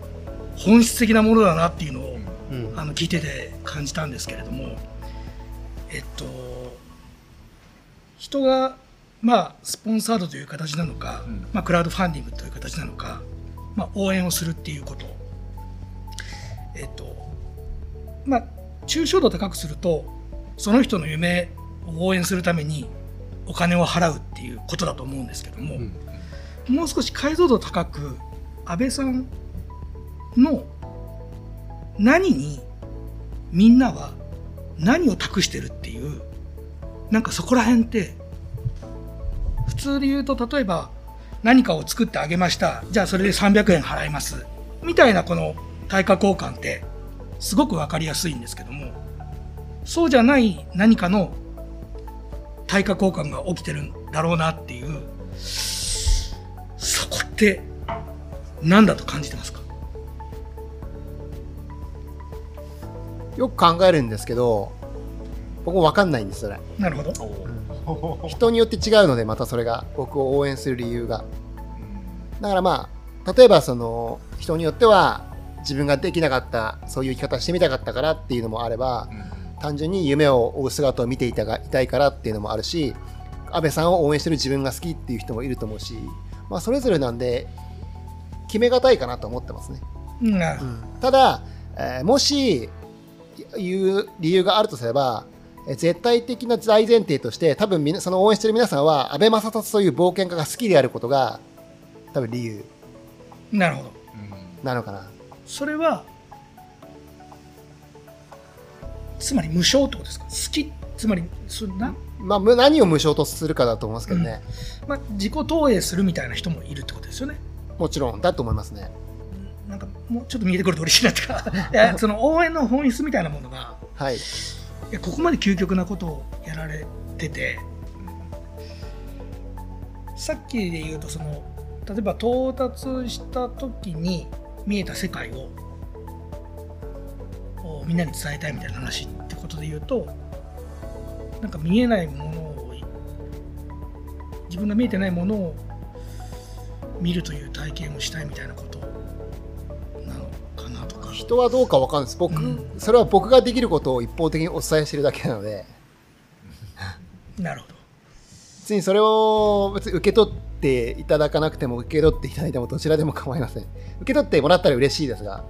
[SPEAKER 7] 本質的なものだなっていうのを、
[SPEAKER 5] うん。
[SPEAKER 7] あの聞いてて感じたんですけれども、えっと、人が、まあ、スポンサードという形なのか、
[SPEAKER 1] うん
[SPEAKER 7] まあ、クラウドファンディングという形なのか、まあ、応援をするっていうこと、えっとまあ、抽象度を高くするとその人の夢を応援するためにお金を払うっていうことだと思うんですけども、もう少し解像度高く安倍さんの何にみんなは何を託してるっていうなんかそこら辺って普通で言うと例えば何かを作ってあげましたじゃあそれで300円払いますみたいなこの対価交換ってすごく分かりやすいんですけどもそうじゃない何かの対価交換が起きてるんだろうなっていうそこって何だと感じてますか
[SPEAKER 4] よく考えるんですけど、僕もわかんないんです、それ。
[SPEAKER 7] なるほど
[SPEAKER 4] 人によって違うのでまたそれが僕を応援する理由がだからまあ例えばその人によっては自分ができなかったそういう生き方してみたかったからっていうのもあれば単純に夢を追う姿を見ていたがいたいからっていうのもあるし安倍さんを応援してる自分が好きっていう人もいると思うし、まあ、それぞれなんで決めがたいかなと思ってますね
[SPEAKER 7] なるほど
[SPEAKER 4] ただ、えーもし言う理由があるとすればえー絶対的な大前提として多分みなその応援してる皆さんは安倍正達という冒険家が好きであることが多分理由
[SPEAKER 7] なるほど
[SPEAKER 4] なのかな
[SPEAKER 7] それはつまり無償ってことですか好きつまりそんな、
[SPEAKER 4] まあむ何を無償とするかだと思いますけどね、
[SPEAKER 7] まあ、自己投影するみたいな人もいるってことですよね
[SPEAKER 4] もちろんだと思いますね
[SPEAKER 7] なんかもうちょっと見えてくると嬉しいなってかいやその応援の本質みたいなものが
[SPEAKER 4] は
[SPEAKER 7] い
[SPEAKER 4] い
[SPEAKER 7] やここまで究極なことをやられててさっきで言うとその例えば到達した時に見えた世界をこうみんなに伝えたいみたいな話ってことで言うとなんか見えないものを自分が見えてないものを見るという体験をしたいみたいなことなのかなとか。
[SPEAKER 4] 人はどうかわかんないです僕、
[SPEAKER 7] うん
[SPEAKER 4] それは僕ができることを一方的にお伝えしてるだけなので
[SPEAKER 7] なるほど
[SPEAKER 4] 別にそれを別に受け取っていただかなくても受け取っていただいてもどちらでも構いません受け取ってもらったら嬉しいですが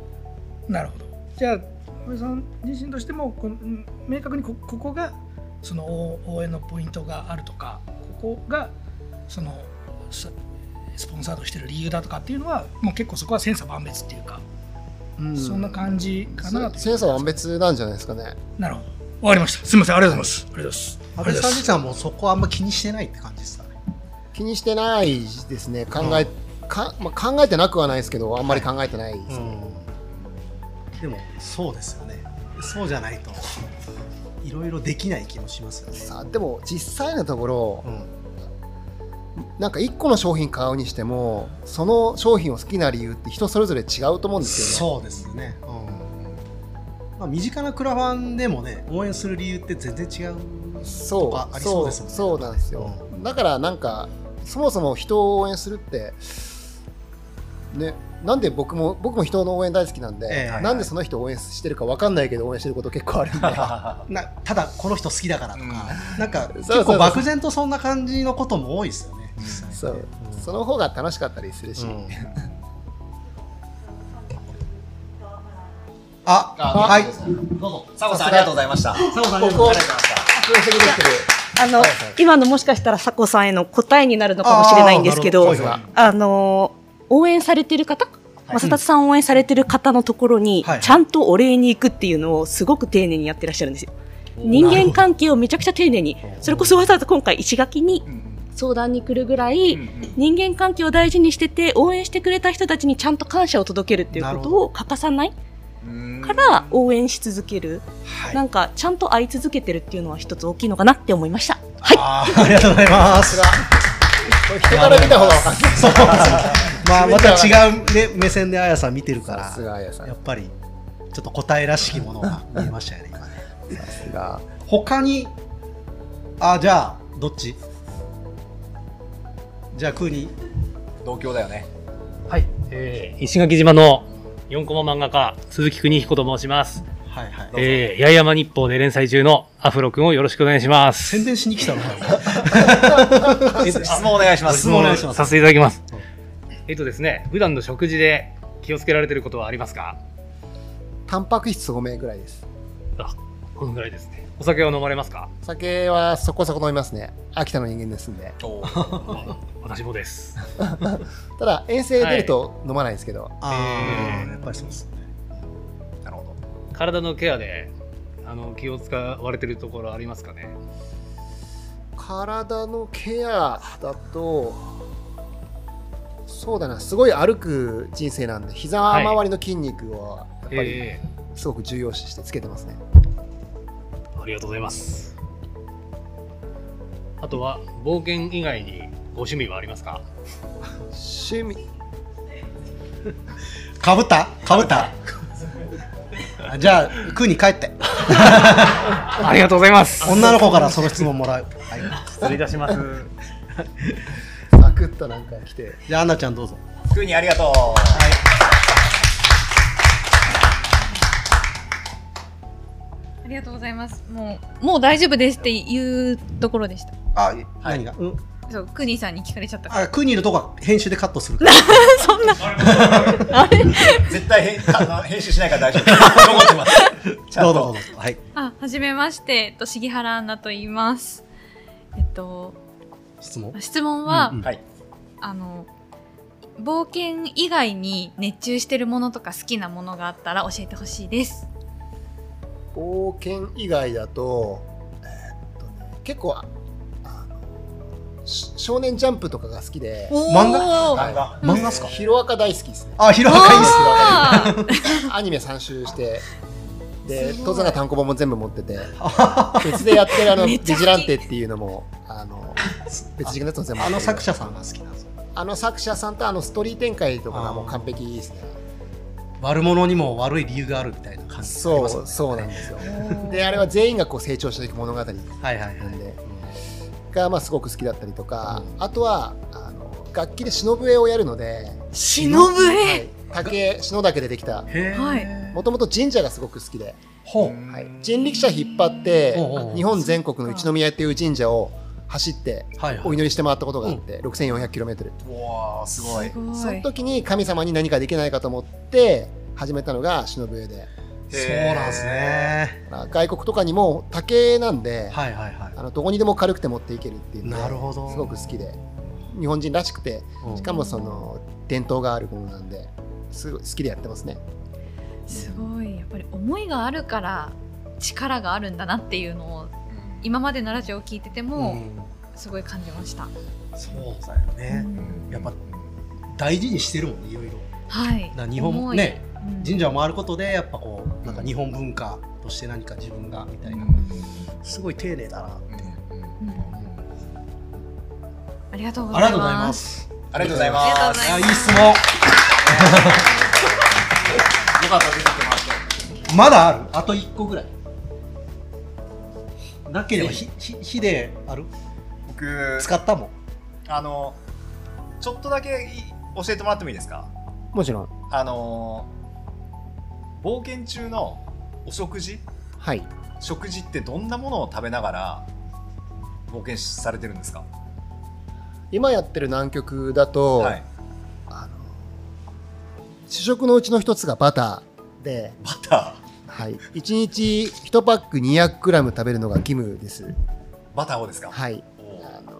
[SPEAKER 7] なるほど。じゃあ、安倍さん自身としても、このうん明確にこここがその応応援のポイントがあるとか、ここがそのススポンサードしてる理由だとかっていうのは、もう結構そこは千差万別っていうか、そんな感じかなと。
[SPEAKER 4] センサーは別なんじゃないですかね
[SPEAKER 7] なるほど。わかりました。すみません、ありがとうございます。ありがとうございます。
[SPEAKER 2] 安倍さん自体はもうそこはあんま気にしてないって感じですかね。
[SPEAKER 4] 気にしてないですね考え、かまあ、考えてなくはないですけどあんまり考えてないですね、
[SPEAKER 2] うんでもそうですよね。そうじゃないといろいろできない気もしますよね。
[SPEAKER 4] さあでも実際のところ
[SPEAKER 2] うん
[SPEAKER 4] なんか1個の商品買うにしてもその商品を好きな理由って人それぞれ違うと思うんですよね
[SPEAKER 2] そうですね、うんまあ、身近なクラファンでもね応援する理由って全然違うとかあり
[SPEAKER 4] そ
[SPEAKER 2] そうで
[SPEAKER 4] う
[SPEAKER 2] すもんね
[SPEAKER 4] そうなんですよ、だからなんかそもそも人を応援するってねなんで僕も僕も人の応援大好きなんで、
[SPEAKER 2] ええ
[SPEAKER 4] なんでその人を応援してるか分かんないけど応援してること結構ある んで
[SPEAKER 2] なただこの人好きだからとか、なんか
[SPEAKER 4] そうそう
[SPEAKER 2] 結構漠然とそんな感じのことも多いですよね、実
[SPEAKER 4] そ
[SPEAKER 2] 際ね
[SPEAKER 4] うその方が楽しかったりするし、
[SPEAKER 2] うんあはいどうぞ
[SPEAKER 1] サボさんありがとうございました。
[SPEAKER 2] 佐藤さんあ
[SPEAKER 4] こ
[SPEAKER 2] りがとう
[SPEAKER 4] こ
[SPEAKER 2] ございま
[SPEAKER 4] 分
[SPEAKER 2] す
[SPEAKER 4] 析できてる
[SPEAKER 8] あの、
[SPEAKER 4] はいはい
[SPEAKER 8] 今のもしかしたら佐古さんへの答えになるのかもしれないんですけど、
[SPEAKER 2] あ
[SPEAKER 8] あ
[SPEAKER 2] ーなるほどはいはい
[SPEAKER 8] の、応援されてる方、まさたつさんを応援されてる方のところに、
[SPEAKER 2] はい
[SPEAKER 8] ちゃんとお礼に行くっていうのをすごく丁寧にやってらっしゃるんですよ。人間関係をめちゃくちゃ丁寧に、それこそわざわざ今回石垣に相談に来るぐらい、人間関係を大事にしてて、応援してくれた人たちにちゃんと感謝を届けるっていうことを欠かさないから応援し続ける。
[SPEAKER 2] はい
[SPEAKER 8] なんか、ちゃんと会い続けてるっていうのは一つ大きいのかなって思いました。
[SPEAKER 2] あーありがとうございます
[SPEAKER 4] 人から見た方が分かんない
[SPEAKER 2] そうまあまた違う、ね、目線であやさん見てるか
[SPEAKER 4] さす
[SPEAKER 2] ら
[SPEAKER 4] があやさん
[SPEAKER 2] や
[SPEAKER 4] さ
[SPEAKER 2] っぱりちょっと答えらしきものが見えましたよね今ね
[SPEAKER 4] すが
[SPEAKER 2] 他にあじゃあどっちじゃあクーニー
[SPEAKER 1] 同郷だよね。
[SPEAKER 9] はい、えー石垣島の4コマ漫画家、鈴木邦彦と申します。
[SPEAKER 2] はいはい、
[SPEAKER 9] えー、八重山日報で連載中のアフロ君をよろしくお願いします。
[SPEAKER 2] 宣伝しに 来たのかよ
[SPEAKER 1] 質問お願いします。
[SPEAKER 2] 質問お願いします
[SPEAKER 9] させていただきます。えっとですね、普段の食事で気をつけられてることはありますか
[SPEAKER 4] タンパク質多めぐらいです
[SPEAKER 9] このぐらいですね。お酒を飲まれますか
[SPEAKER 4] 酒はそこそこ飲みますね秋田の人間ですんで
[SPEAKER 9] 私もです。
[SPEAKER 4] ただ遠征出ると飲まないですけど、
[SPEAKER 2] あ
[SPEAKER 9] え
[SPEAKER 2] ー
[SPEAKER 9] ー
[SPEAKER 2] やっぱりそうですね
[SPEAKER 1] なるほど。
[SPEAKER 9] 体のケアであの気を使われてるところありますかね
[SPEAKER 4] 体のケアだとそうだなすごい歩く人生なんで膝周りの筋肉はやっぱり
[SPEAKER 9] え
[SPEAKER 4] すごく重要視してつけてますね、
[SPEAKER 9] ー、ありがとうございます。あとは、冒険以外にご趣味はありますか
[SPEAKER 4] 趣味
[SPEAKER 2] かぶったかぶったあじゃあクーニー帰って
[SPEAKER 9] ありがとうございます。
[SPEAKER 2] 女の子からその質問もらう、はい、
[SPEAKER 9] 失礼いたします。
[SPEAKER 4] サクッとなんか来て
[SPEAKER 2] じゃあアンナちゃんどうぞ
[SPEAKER 1] クーニーありがとう。
[SPEAKER 10] ありがとうございます。もう、もう大丈夫ですっていうところでした。
[SPEAKER 2] あ、何が、うん、
[SPEAKER 10] そう、クーニーさんに聞かれちゃったから。
[SPEAKER 2] あクーニーのとこは編集でカットするから
[SPEAKER 8] そんな、
[SPEAKER 1] 絶対編あの編集しないから大丈夫。残ってます。ちゃん
[SPEAKER 2] ど
[SPEAKER 1] と
[SPEAKER 2] うぞどうぞはい
[SPEAKER 10] あ、はじめまして、えっと、重原アンナと言います。えっと、
[SPEAKER 2] 質問
[SPEAKER 10] 質問は、
[SPEAKER 2] うんうん
[SPEAKER 1] はい
[SPEAKER 10] あの、冒険以外に熱中してるものとか好きなものがあったら教えてほしいです。
[SPEAKER 4] 冒険以外だと,、えーっとね、結構ああのし少年ジャンプとかが好きで
[SPEAKER 2] 漫画
[SPEAKER 10] おー
[SPEAKER 1] 漫画。
[SPEAKER 2] 漫画っすか
[SPEAKER 4] ヒロアカ大好きですね
[SPEAKER 2] あ、ヒロアカいいっすよ
[SPEAKER 10] あー
[SPEAKER 4] アニメ3周してで
[SPEAKER 10] ごい
[SPEAKER 4] 当然が単行本も全部持って て別でやってるあの
[SPEAKER 10] め
[SPEAKER 4] ビ
[SPEAKER 10] っちゃ好き
[SPEAKER 4] ジランテっていうのもあの別人のやつも全部持ってる
[SPEAKER 2] あの作者さんが好きなんですよ
[SPEAKER 4] あの作者さんとあのストーリー展開とかがもう完璧ですね
[SPEAKER 2] 悪者にも悪い理由があるみたいな感じあり
[SPEAKER 4] そ
[SPEAKER 2] ま
[SPEAKER 4] う
[SPEAKER 2] すよね
[SPEAKER 4] そうなんですよであれは全員がこう成長していく物語なんで、
[SPEAKER 2] はいはいはい
[SPEAKER 4] がまあすごく好きだったりとか、あとはあの楽器で篠笛をやるので
[SPEAKER 10] 忍
[SPEAKER 4] は
[SPEAKER 10] 笛
[SPEAKER 4] い竹篠岳でできた
[SPEAKER 10] はい。
[SPEAKER 4] もともと神社がすごく好きで
[SPEAKER 2] ほう
[SPEAKER 4] はい、人力車引っ張って
[SPEAKER 2] おうおう
[SPEAKER 4] 日本全国の一宮っていう神社を走って
[SPEAKER 2] はいはい
[SPEAKER 4] お祈りして回ったことがあって 6400km
[SPEAKER 1] わあすごい。
[SPEAKER 10] すごい。
[SPEAKER 4] その時に神様に何かできないかと思って始めたのが忍笛で
[SPEAKER 2] そうなんですね
[SPEAKER 4] あ外国とかにも竹なんで、
[SPEAKER 2] はいはいはい
[SPEAKER 4] あのどこにでも軽くて持っていけるっていうので
[SPEAKER 2] なるほど
[SPEAKER 4] すごく好きで日本人らしくて
[SPEAKER 2] うん
[SPEAKER 4] しかもその伝統があるものなんですごい好きでやってますね
[SPEAKER 10] すごいやっぱり思いがあるから力があるんだなっていうのを今までのラジオを聞いててもすごい感じました。
[SPEAKER 2] そうだよね、やっぱ大事にしてるもんねいろいろ
[SPEAKER 10] はい
[SPEAKER 2] な日本
[SPEAKER 10] 思い
[SPEAKER 2] ね、
[SPEAKER 10] うん
[SPEAKER 2] 神社を回ることでやっぱこうなんか日本文化として何か自分がみたいな、すごい丁寧だなって、
[SPEAKER 10] ありがとうご
[SPEAKER 2] あ
[SPEAKER 10] ざ
[SPEAKER 2] り
[SPEAKER 10] い
[SPEAKER 2] がとうござい
[SPEAKER 10] ま。
[SPEAKER 2] ますす
[SPEAKER 11] ありがとうございます
[SPEAKER 2] あいい質問
[SPEAKER 1] よかった出てきまし
[SPEAKER 2] まだあるあと一個ぐらいなければひひひである
[SPEAKER 11] 僕
[SPEAKER 2] 使ったもん
[SPEAKER 1] たあのちょっとだけい教えてもらってもいいですか
[SPEAKER 12] もちろん
[SPEAKER 1] あのー冒険中のお食事
[SPEAKER 12] はい
[SPEAKER 1] 食事ってどんなものを食べながら冒険されてるんですか
[SPEAKER 4] 今やってる南極だと、
[SPEAKER 1] はい
[SPEAKER 4] あの主食のうちの一つがバターで
[SPEAKER 1] バタ
[SPEAKER 4] はい、1日1パック 200g 食べるのが義務です
[SPEAKER 1] ーバターをですか
[SPEAKER 4] はい
[SPEAKER 1] あ
[SPEAKER 4] の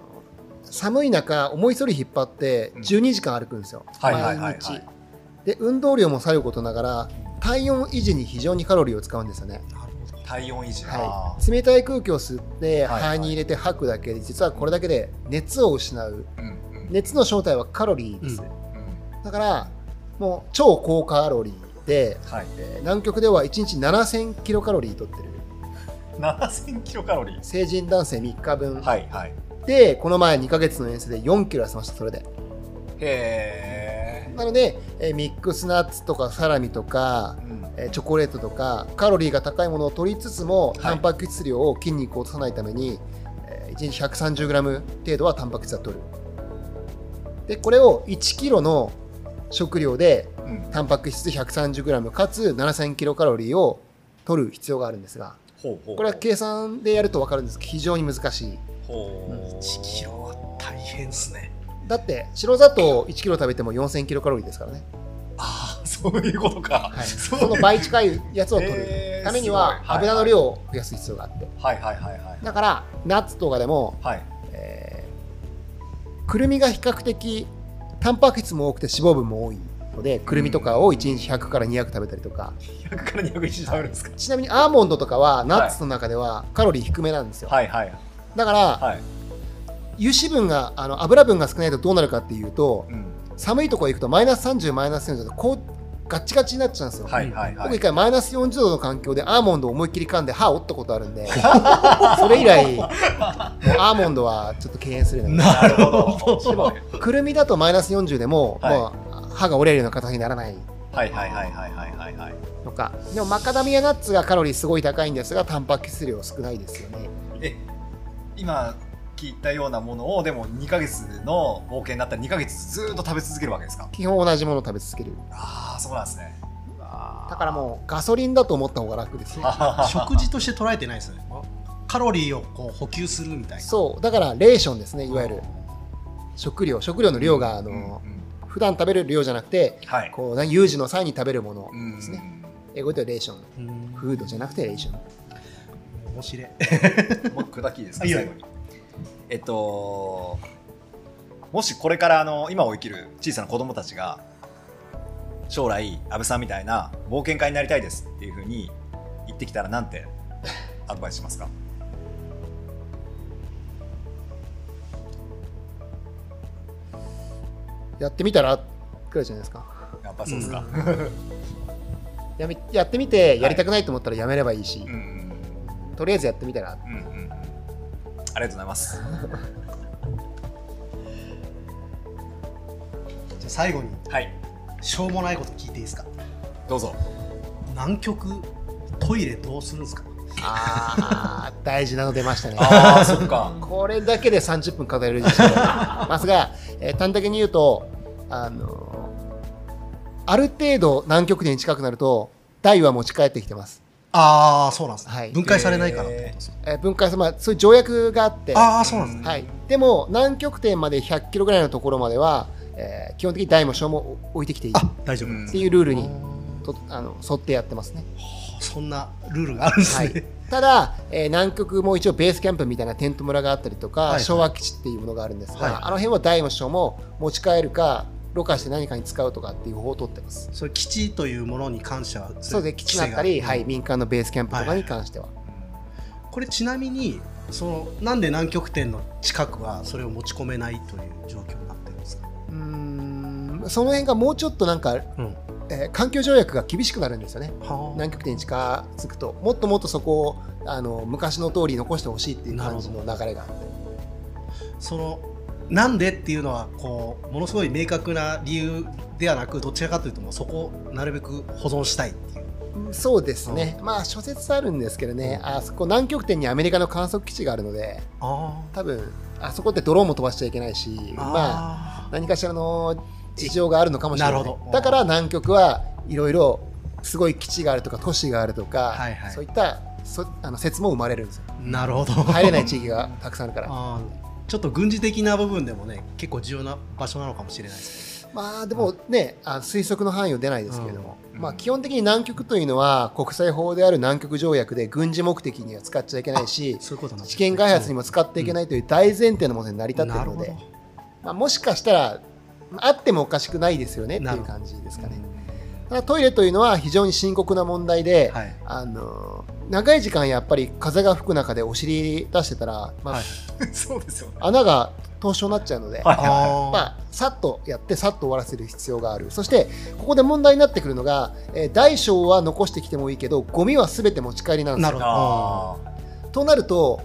[SPEAKER 4] 寒い中重いそり引っ張って12時間歩くんですよ、
[SPEAKER 1] はいはいはいはい
[SPEAKER 4] 毎日で運動量もさることながら体温維持に非常にカロリーを使うんですよね、
[SPEAKER 1] 体温維持、あ
[SPEAKER 4] はい、冷たい空気を吸って
[SPEAKER 1] はいはい
[SPEAKER 4] 肺に入れて吐くだけで実はこれだけで熱を失う、熱の正体はカロリーです、だからもう超高カロリーで、えー南極では1日7000キロカロリーとってる
[SPEAKER 1] ー7000キロカロリー
[SPEAKER 4] 成人男性3日分、
[SPEAKER 1] はいはい
[SPEAKER 4] でこの前2ヶ月の遠征で4キロ痩せましたそれで
[SPEAKER 1] へ
[SPEAKER 4] なので、えーミックスナッツとかサラミとか、えーチョコレートとかカロリーが高いものを取りつつも、タンパク質量を筋肉を落とさないために、え1日 130g 程度はタンパク質は取るでこれを1キロの食料で、タンパク質 130g かつ 7000kcal を取る必要があるんですが
[SPEAKER 1] ほうほう
[SPEAKER 4] これは計算でやると分かるんですけど非常に難しい
[SPEAKER 1] ほう
[SPEAKER 2] 1キロは大変っすね
[SPEAKER 4] だって白砂糖1キロ食べても4000キロカロリーですからね
[SPEAKER 1] ああそういうことか、
[SPEAKER 4] その倍近いやつを取る
[SPEAKER 1] へー
[SPEAKER 4] ために
[SPEAKER 1] す
[SPEAKER 4] は
[SPEAKER 1] ごいはい
[SPEAKER 4] 油の量を増やす必要があって
[SPEAKER 1] はいはいはい はい
[SPEAKER 4] だからナッツとかでも、えーくるみが比較的タンパク質も多くて脂肪分も多いのでくるみとかを1日100から200食べたりとか
[SPEAKER 1] 100から200一日食べるんですか
[SPEAKER 4] ちなみにアーモンドとかはナッツの中ではカロリー低めなんですよ、
[SPEAKER 1] はいはい
[SPEAKER 4] だから、油脂分があの油分が少ないとどうなるかっていうと、寒いところ行くとマイナス30マイナス40だとこうガッチガチになっちゃうんですよ、
[SPEAKER 1] はいはいはい
[SPEAKER 4] 僕一回マイナス40度の環境でアーモンドを思いっきり噛んで歯を折ったことあるん でそれ以来もうアーモンドはちょっと敬遠するようにななるほど でもくるみだとマイナス40でも、もう歯が折れるような形にならない
[SPEAKER 1] はいはいはいはいはいはいはい
[SPEAKER 4] とかでもマカダミアナッツがカロリーすごい高いんですがタンパク質量少ないですよね
[SPEAKER 1] え今聞いたようなものをでも2ヶ月の冒険だったら2ヶ月ずっと食べ続けるわけですか
[SPEAKER 4] 基本同じものを食べ続ける
[SPEAKER 1] ああそうなんですね
[SPEAKER 4] だからもうガソリンだと思った方が楽ですね
[SPEAKER 2] 食事として捉えてないですねカロリーをこう補給するみたいな
[SPEAKER 4] そうだからレーションですねいわゆる食料食料の量があの、普段食べる量じゃなくて、こうな有事の際に食べるものですね、英語ではレーショ
[SPEAKER 2] ン
[SPEAKER 4] フードじゃなくてレーション
[SPEAKER 2] 面白い
[SPEAKER 1] もう砕きです
[SPEAKER 2] あ
[SPEAKER 1] か
[SPEAKER 2] いいよ
[SPEAKER 1] 最後にえっともしこれからあの今を生きる小さな子供たちが将来安倍さんみたいな冒険家になりたいですっていうふうに言ってきたらなんて アドバイスしますか
[SPEAKER 4] やってみたらくらいじゃないですか
[SPEAKER 1] やっぱそうですか、
[SPEAKER 4] やめやってみてやりたくないと思ったらやめればいいし、とりあえずやってみたら、
[SPEAKER 1] ありがとうございます。
[SPEAKER 2] じゃあ最後に、
[SPEAKER 1] はい、
[SPEAKER 2] しょうもないこと聞いていいですか
[SPEAKER 1] どうぞ
[SPEAKER 2] 南極トイレどうするんですか
[SPEAKER 4] あー 大事なの出ましたね
[SPEAKER 2] あーそっか
[SPEAKER 4] これだけで30分語れる 自信がありますが、えー端的に言うとあのある程度南極点に近くなると台は持ち帰ってきてます
[SPEAKER 2] ああそうなんですね、
[SPEAKER 4] はい
[SPEAKER 2] 分解されないからってことです
[SPEAKER 4] えー分解さまあ、そういう条約があって
[SPEAKER 2] あーそうなんですね
[SPEAKER 4] はい、でも南極点まで100キロぐらいのところまでは、えー基本的に台も小も置いてきていい
[SPEAKER 2] 大丈夫
[SPEAKER 4] っていうルールにとあの沿ってやってますね
[SPEAKER 2] そんなルールがあるんですね、
[SPEAKER 4] ただ、えー南極も一応ベースキャンプみたいなテント村があったりとか、
[SPEAKER 2] はいはい
[SPEAKER 4] 昭和基地っていうものがあるんですが、
[SPEAKER 2] はいはい
[SPEAKER 4] あの辺は大も小も持ち帰るかろ過して何かに使うとかっていう方法を取ってます。
[SPEAKER 2] そう基地というものに関しては
[SPEAKER 4] そうですね、基地だったり、はい、民間のベースキャンプとかに関しては。
[SPEAKER 2] これちなみにそのなんで南極点の近くはそれを持ち込めないという状況になってるんですか
[SPEAKER 4] うーんその辺がもうちょっとなんか、
[SPEAKER 2] うん
[SPEAKER 4] えー環境条約が厳しくなるんですよね、南極点に近づくと、もっともっとそこをあの昔の通り残してほしいっていう感じの流れがあって。
[SPEAKER 2] そのなんでっていうのはこうものすごい明確な理由ではなくどちらかというともうそこをなるべく保存したいっていう
[SPEAKER 4] そうですね、まあ諸説あるんですけどね、あそこ南極点にアメリカの観測基地があるので、多分あそこってドローンも飛ばしちゃいけないし、まあ何かしらの事情があるのかもしれな。
[SPEAKER 2] ないるほど
[SPEAKER 4] だから南極はいろいろすごい基地があるとか都市があるとか、そういったそあの説も生まれるんですよ。
[SPEAKER 2] なるほど
[SPEAKER 4] 入れない地域がた くさんあるから。
[SPEAKER 2] あーちょっと軍事的な部分でもね結構重要な場所なのかもしれないですね
[SPEAKER 4] まあでもね、あ推測の範囲は出ないですけれども、まあ基本的に南極というのは国際法である南極条約で軍事目的には使っちゃいけないし、試験開発にも使っていけないという大前提のもとに成り立っているので、まあもしかしたらあってもおかしくないですよねっていう感じですかね。ただトイレというのは非常に深刻な問題で、あの長い時間やっぱり風が吹く中でお尻出してたら、まあ
[SPEAKER 13] そうですよね。
[SPEAKER 4] 穴が凍傷になっちゃうので、
[SPEAKER 13] はいはいはい
[SPEAKER 4] まあ、さっとやってさっと終わらせる必要があるそしてここで問題になってくるのが、えー大小は残してきてもいいけどゴミは全て持ち帰りなんですよ
[SPEAKER 2] なるほ
[SPEAKER 4] となると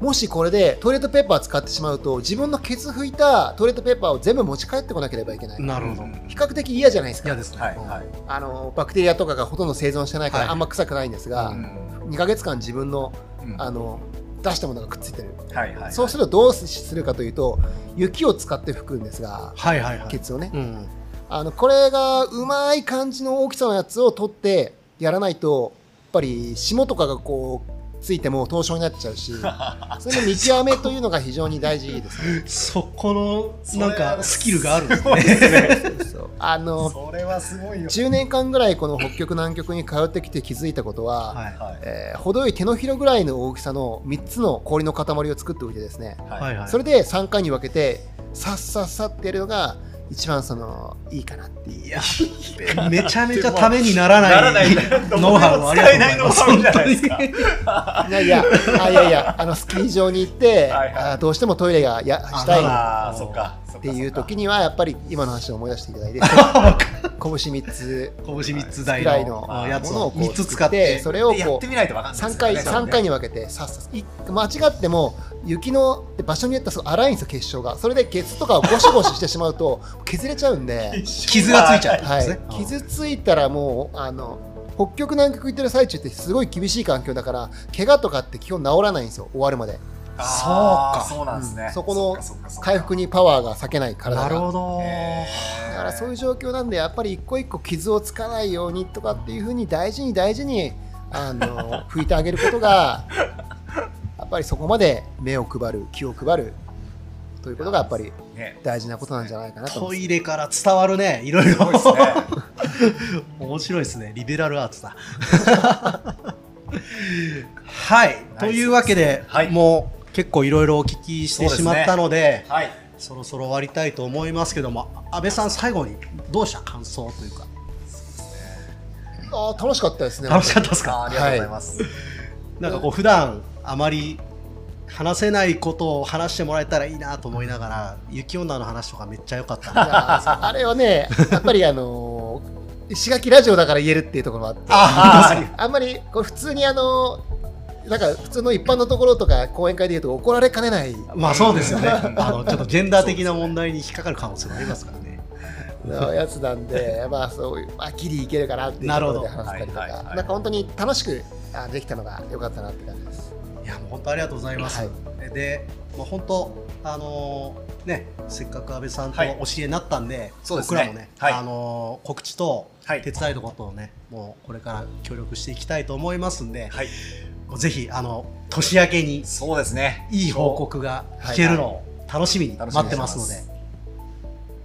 [SPEAKER 4] もしこれでトイレットペーパー使ってしまうと自分のケツ拭いたトイレットペーパーを全部持ち帰ってこなければいけない
[SPEAKER 2] なるほど
[SPEAKER 4] 比較的嫌じゃないですか
[SPEAKER 2] 嫌ですね、
[SPEAKER 4] あのバクテリアとかがほとんど生存してないからあんま臭くないんですが、2ヶ月間自分のあの出したものがくっついてる、
[SPEAKER 13] はいはい。
[SPEAKER 4] そうするとどうするかというと雪を使って拭くんですが、
[SPEAKER 2] はいはいはい
[SPEAKER 4] ケツをね、
[SPEAKER 2] うん
[SPEAKER 4] あのこれがうまい感じの大きさのやつを取ってやらないとやっぱり霜とかがこうついても凍傷になっちゃ うしそれの見極めというのが非常に大事です ね。
[SPEAKER 2] そこのなんかスキルがあるんです
[SPEAKER 4] そう
[SPEAKER 2] ね
[SPEAKER 4] ですねあの
[SPEAKER 13] それはすごいよ。
[SPEAKER 4] 10年間ぐらいこの北極南極に通ってきて気づいたことは、えー程よい手のひらぐらいの大きさの3つの氷の塊を作っておいてですね、
[SPEAKER 13] はいはい
[SPEAKER 4] それで3回に分けてさっさっさってやるのが一番そのいいかなっていう
[SPEAKER 2] めちゃめちゃためにならない
[SPEAKER 4] ならない
[SPEAKER 2] ノウハウをありがとうございます。
[SPEAKER 4] どこでも使えないノウハウじゃないです
[SPEAKER 2] 本当に
[SPEAKER 4] いやいやあいやいやあのスキー場に行ってあどうしてもトイレがやした
[SPEAKER 13] あーそっか
[SPEAKER 4] いっていう時にはやっぱり今の話を思い出していただいて拳3つ
[SPEAKER 2] 拳3つ
[SPEAKER 4] ぐ
[SPEAKER 2] 台
[SPEAKER 4] ら
[SPEAKER 2] の
[SPEAKER 4] いの
[SPEAKER 2] あ
[SPEAKER 4] も
[SPEAKER 2] やつ
[SPEAKER 4] のを
[SPEAKER 2] を
[SPEAKER 4] こう
[SPEAKER 2] 3つ使って
[SPEAKER 4] それをこう
[SPEAKER 2] やってみないとわかんないです
[SPEAKER 4] 3
[SPEAKER 2] よね
[SPEAKER 4] 回三回に分けてさっさい間違っても雪の場所によってはすごい荒いんですよ結晶がそれでケツとかをゴシゴシしてしまうと削れちゃうんで
[SPEAKER 2] 傷がついちゃうんですね
[SPEAKER 4] はい傷ついたらもうあの北極南極行ってる最中ってすごい厳しい環境だから怪我とかって基本治らないんですよ終わるまで
[SPEAKER 13] あーそうかそうなんですね
[SPEAKER 4] そこの回復にパワーが避けない体が
[SPEAKER 2] なるほど
[SPEAKER 4] だからそういう状況なんでやっぱり一個一個傷をつかないようにとかっていうふうに大事に大事にあ の拭いてあげることがやっぱりそこまで目を配る気を配るということがやっぱり大事なことなんじゃないかなと思
[SPEAKER 2] ト
[SPEAKER 4] います
[SPEAKER 2] イレから伝わるね、いろいろ。 面白いですね、リベラルアーツだ。 はい、というわけで、もう結構いろいろお聞きしてしまったの
[SPEAKER 13] そ
[SPEAKER 2] で、
[SPEAKER 13] うですねはい
[SPEAKER 2] そろそろ終わりたいと思いますけども、安倍さん、最後にどうした感想というか、
[SPEAKER 4] あー楽しかったですね
[SPEAKER 2] 楽しかったですか
[SPEAKER 4] あー
[SPEAKER 2] はなんかこう、普段あまり話せないことを話してもらえたらいいなと思いながら、雪女の話とかめっちゃ良かった な。
[SPEAKER 4] ああれはね、やっぱりあのー石垣ラジオだから言えるっていうところもあって、
[SPEAKER 2] あ
[SPEAKER 4] あんまりこう普通にあのーなんか普通の一般のところとか講演会で言うと怒られかねない。
[SPEAKER 2] まあそうです よね。あのちょっとジェンダー的な問題に引っかかる可能性もありますからね。
[SPEAKER 4] のやつなん で、まあそういう、まあ、ギリいけるかなっていうところで話したりとか、
[SPEAKER 2] なるほどはいはいはい
[SPEAKER 4] なんか本当に楽しくあできたのが良かったなって感じです。
[SPEAKER 2] いやもう本当ありがとうございます。で、まあ本当あのーねせっかく安倍さんと
[SPEAKER 13] はい
[SPEAKER 2] お知り合いになったんで、
[SPEAKER 13] そうです
[SPEAKER 2] 僕
[SPEAKER 13] ね
[SPEAKER 2] らもね、
[SPEAKER 13] はい
[SPEAKER 2] あのー告知と手伝いのことをね、もうこれから協力していきたいと思いますんで、もうぜひあの年明けに
[SPEAKER 13] そうですね。
[SPEAKER 2] いい報告が聞けるのを楽しみに待ってますので。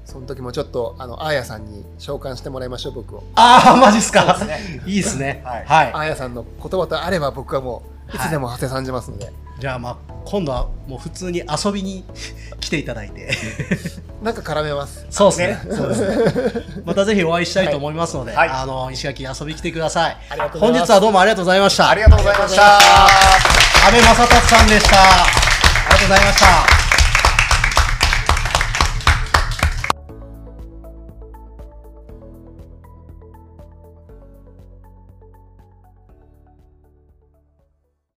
[SPEAKER 4] その時もちょっとあのあーやさんに召喚してもらいましょう僕を。
[SPEAKER 2] ああマジっすか
[SPEAKER 4] そうですね
[SPEAKER 2] いいですね
[SPEAKER 4] はい。
[SPEAKER 2] はい
[SPEAKER 4] あーやさんの言葉とあれば僕はもういつでも長谷さんじますので。
[SPEAKER 2] じゃあまあ今度はもう普通に遊びに来ていただいて
[SPEAKER 4] なんか絡めます
[SPEAKER 2] そうですね
[SPEAKER 4] ね
[SPEAKER 2] そうですねまたぜひお会いしたいと思いますので、
[SPEAKER 4] はいはい
[SPEAKER 2] あの石垣遊びに来てください
[SPEAKER 4] ありがとうござ
[SPEAKER 2] 本
[SPEAKER 4] います
[SPEAKER 2] 日はどうもありがとうございました
[SPEAKER 13] ありがとうございました
[SPEAKER 2] 阿部正達さんでしたありがとうございました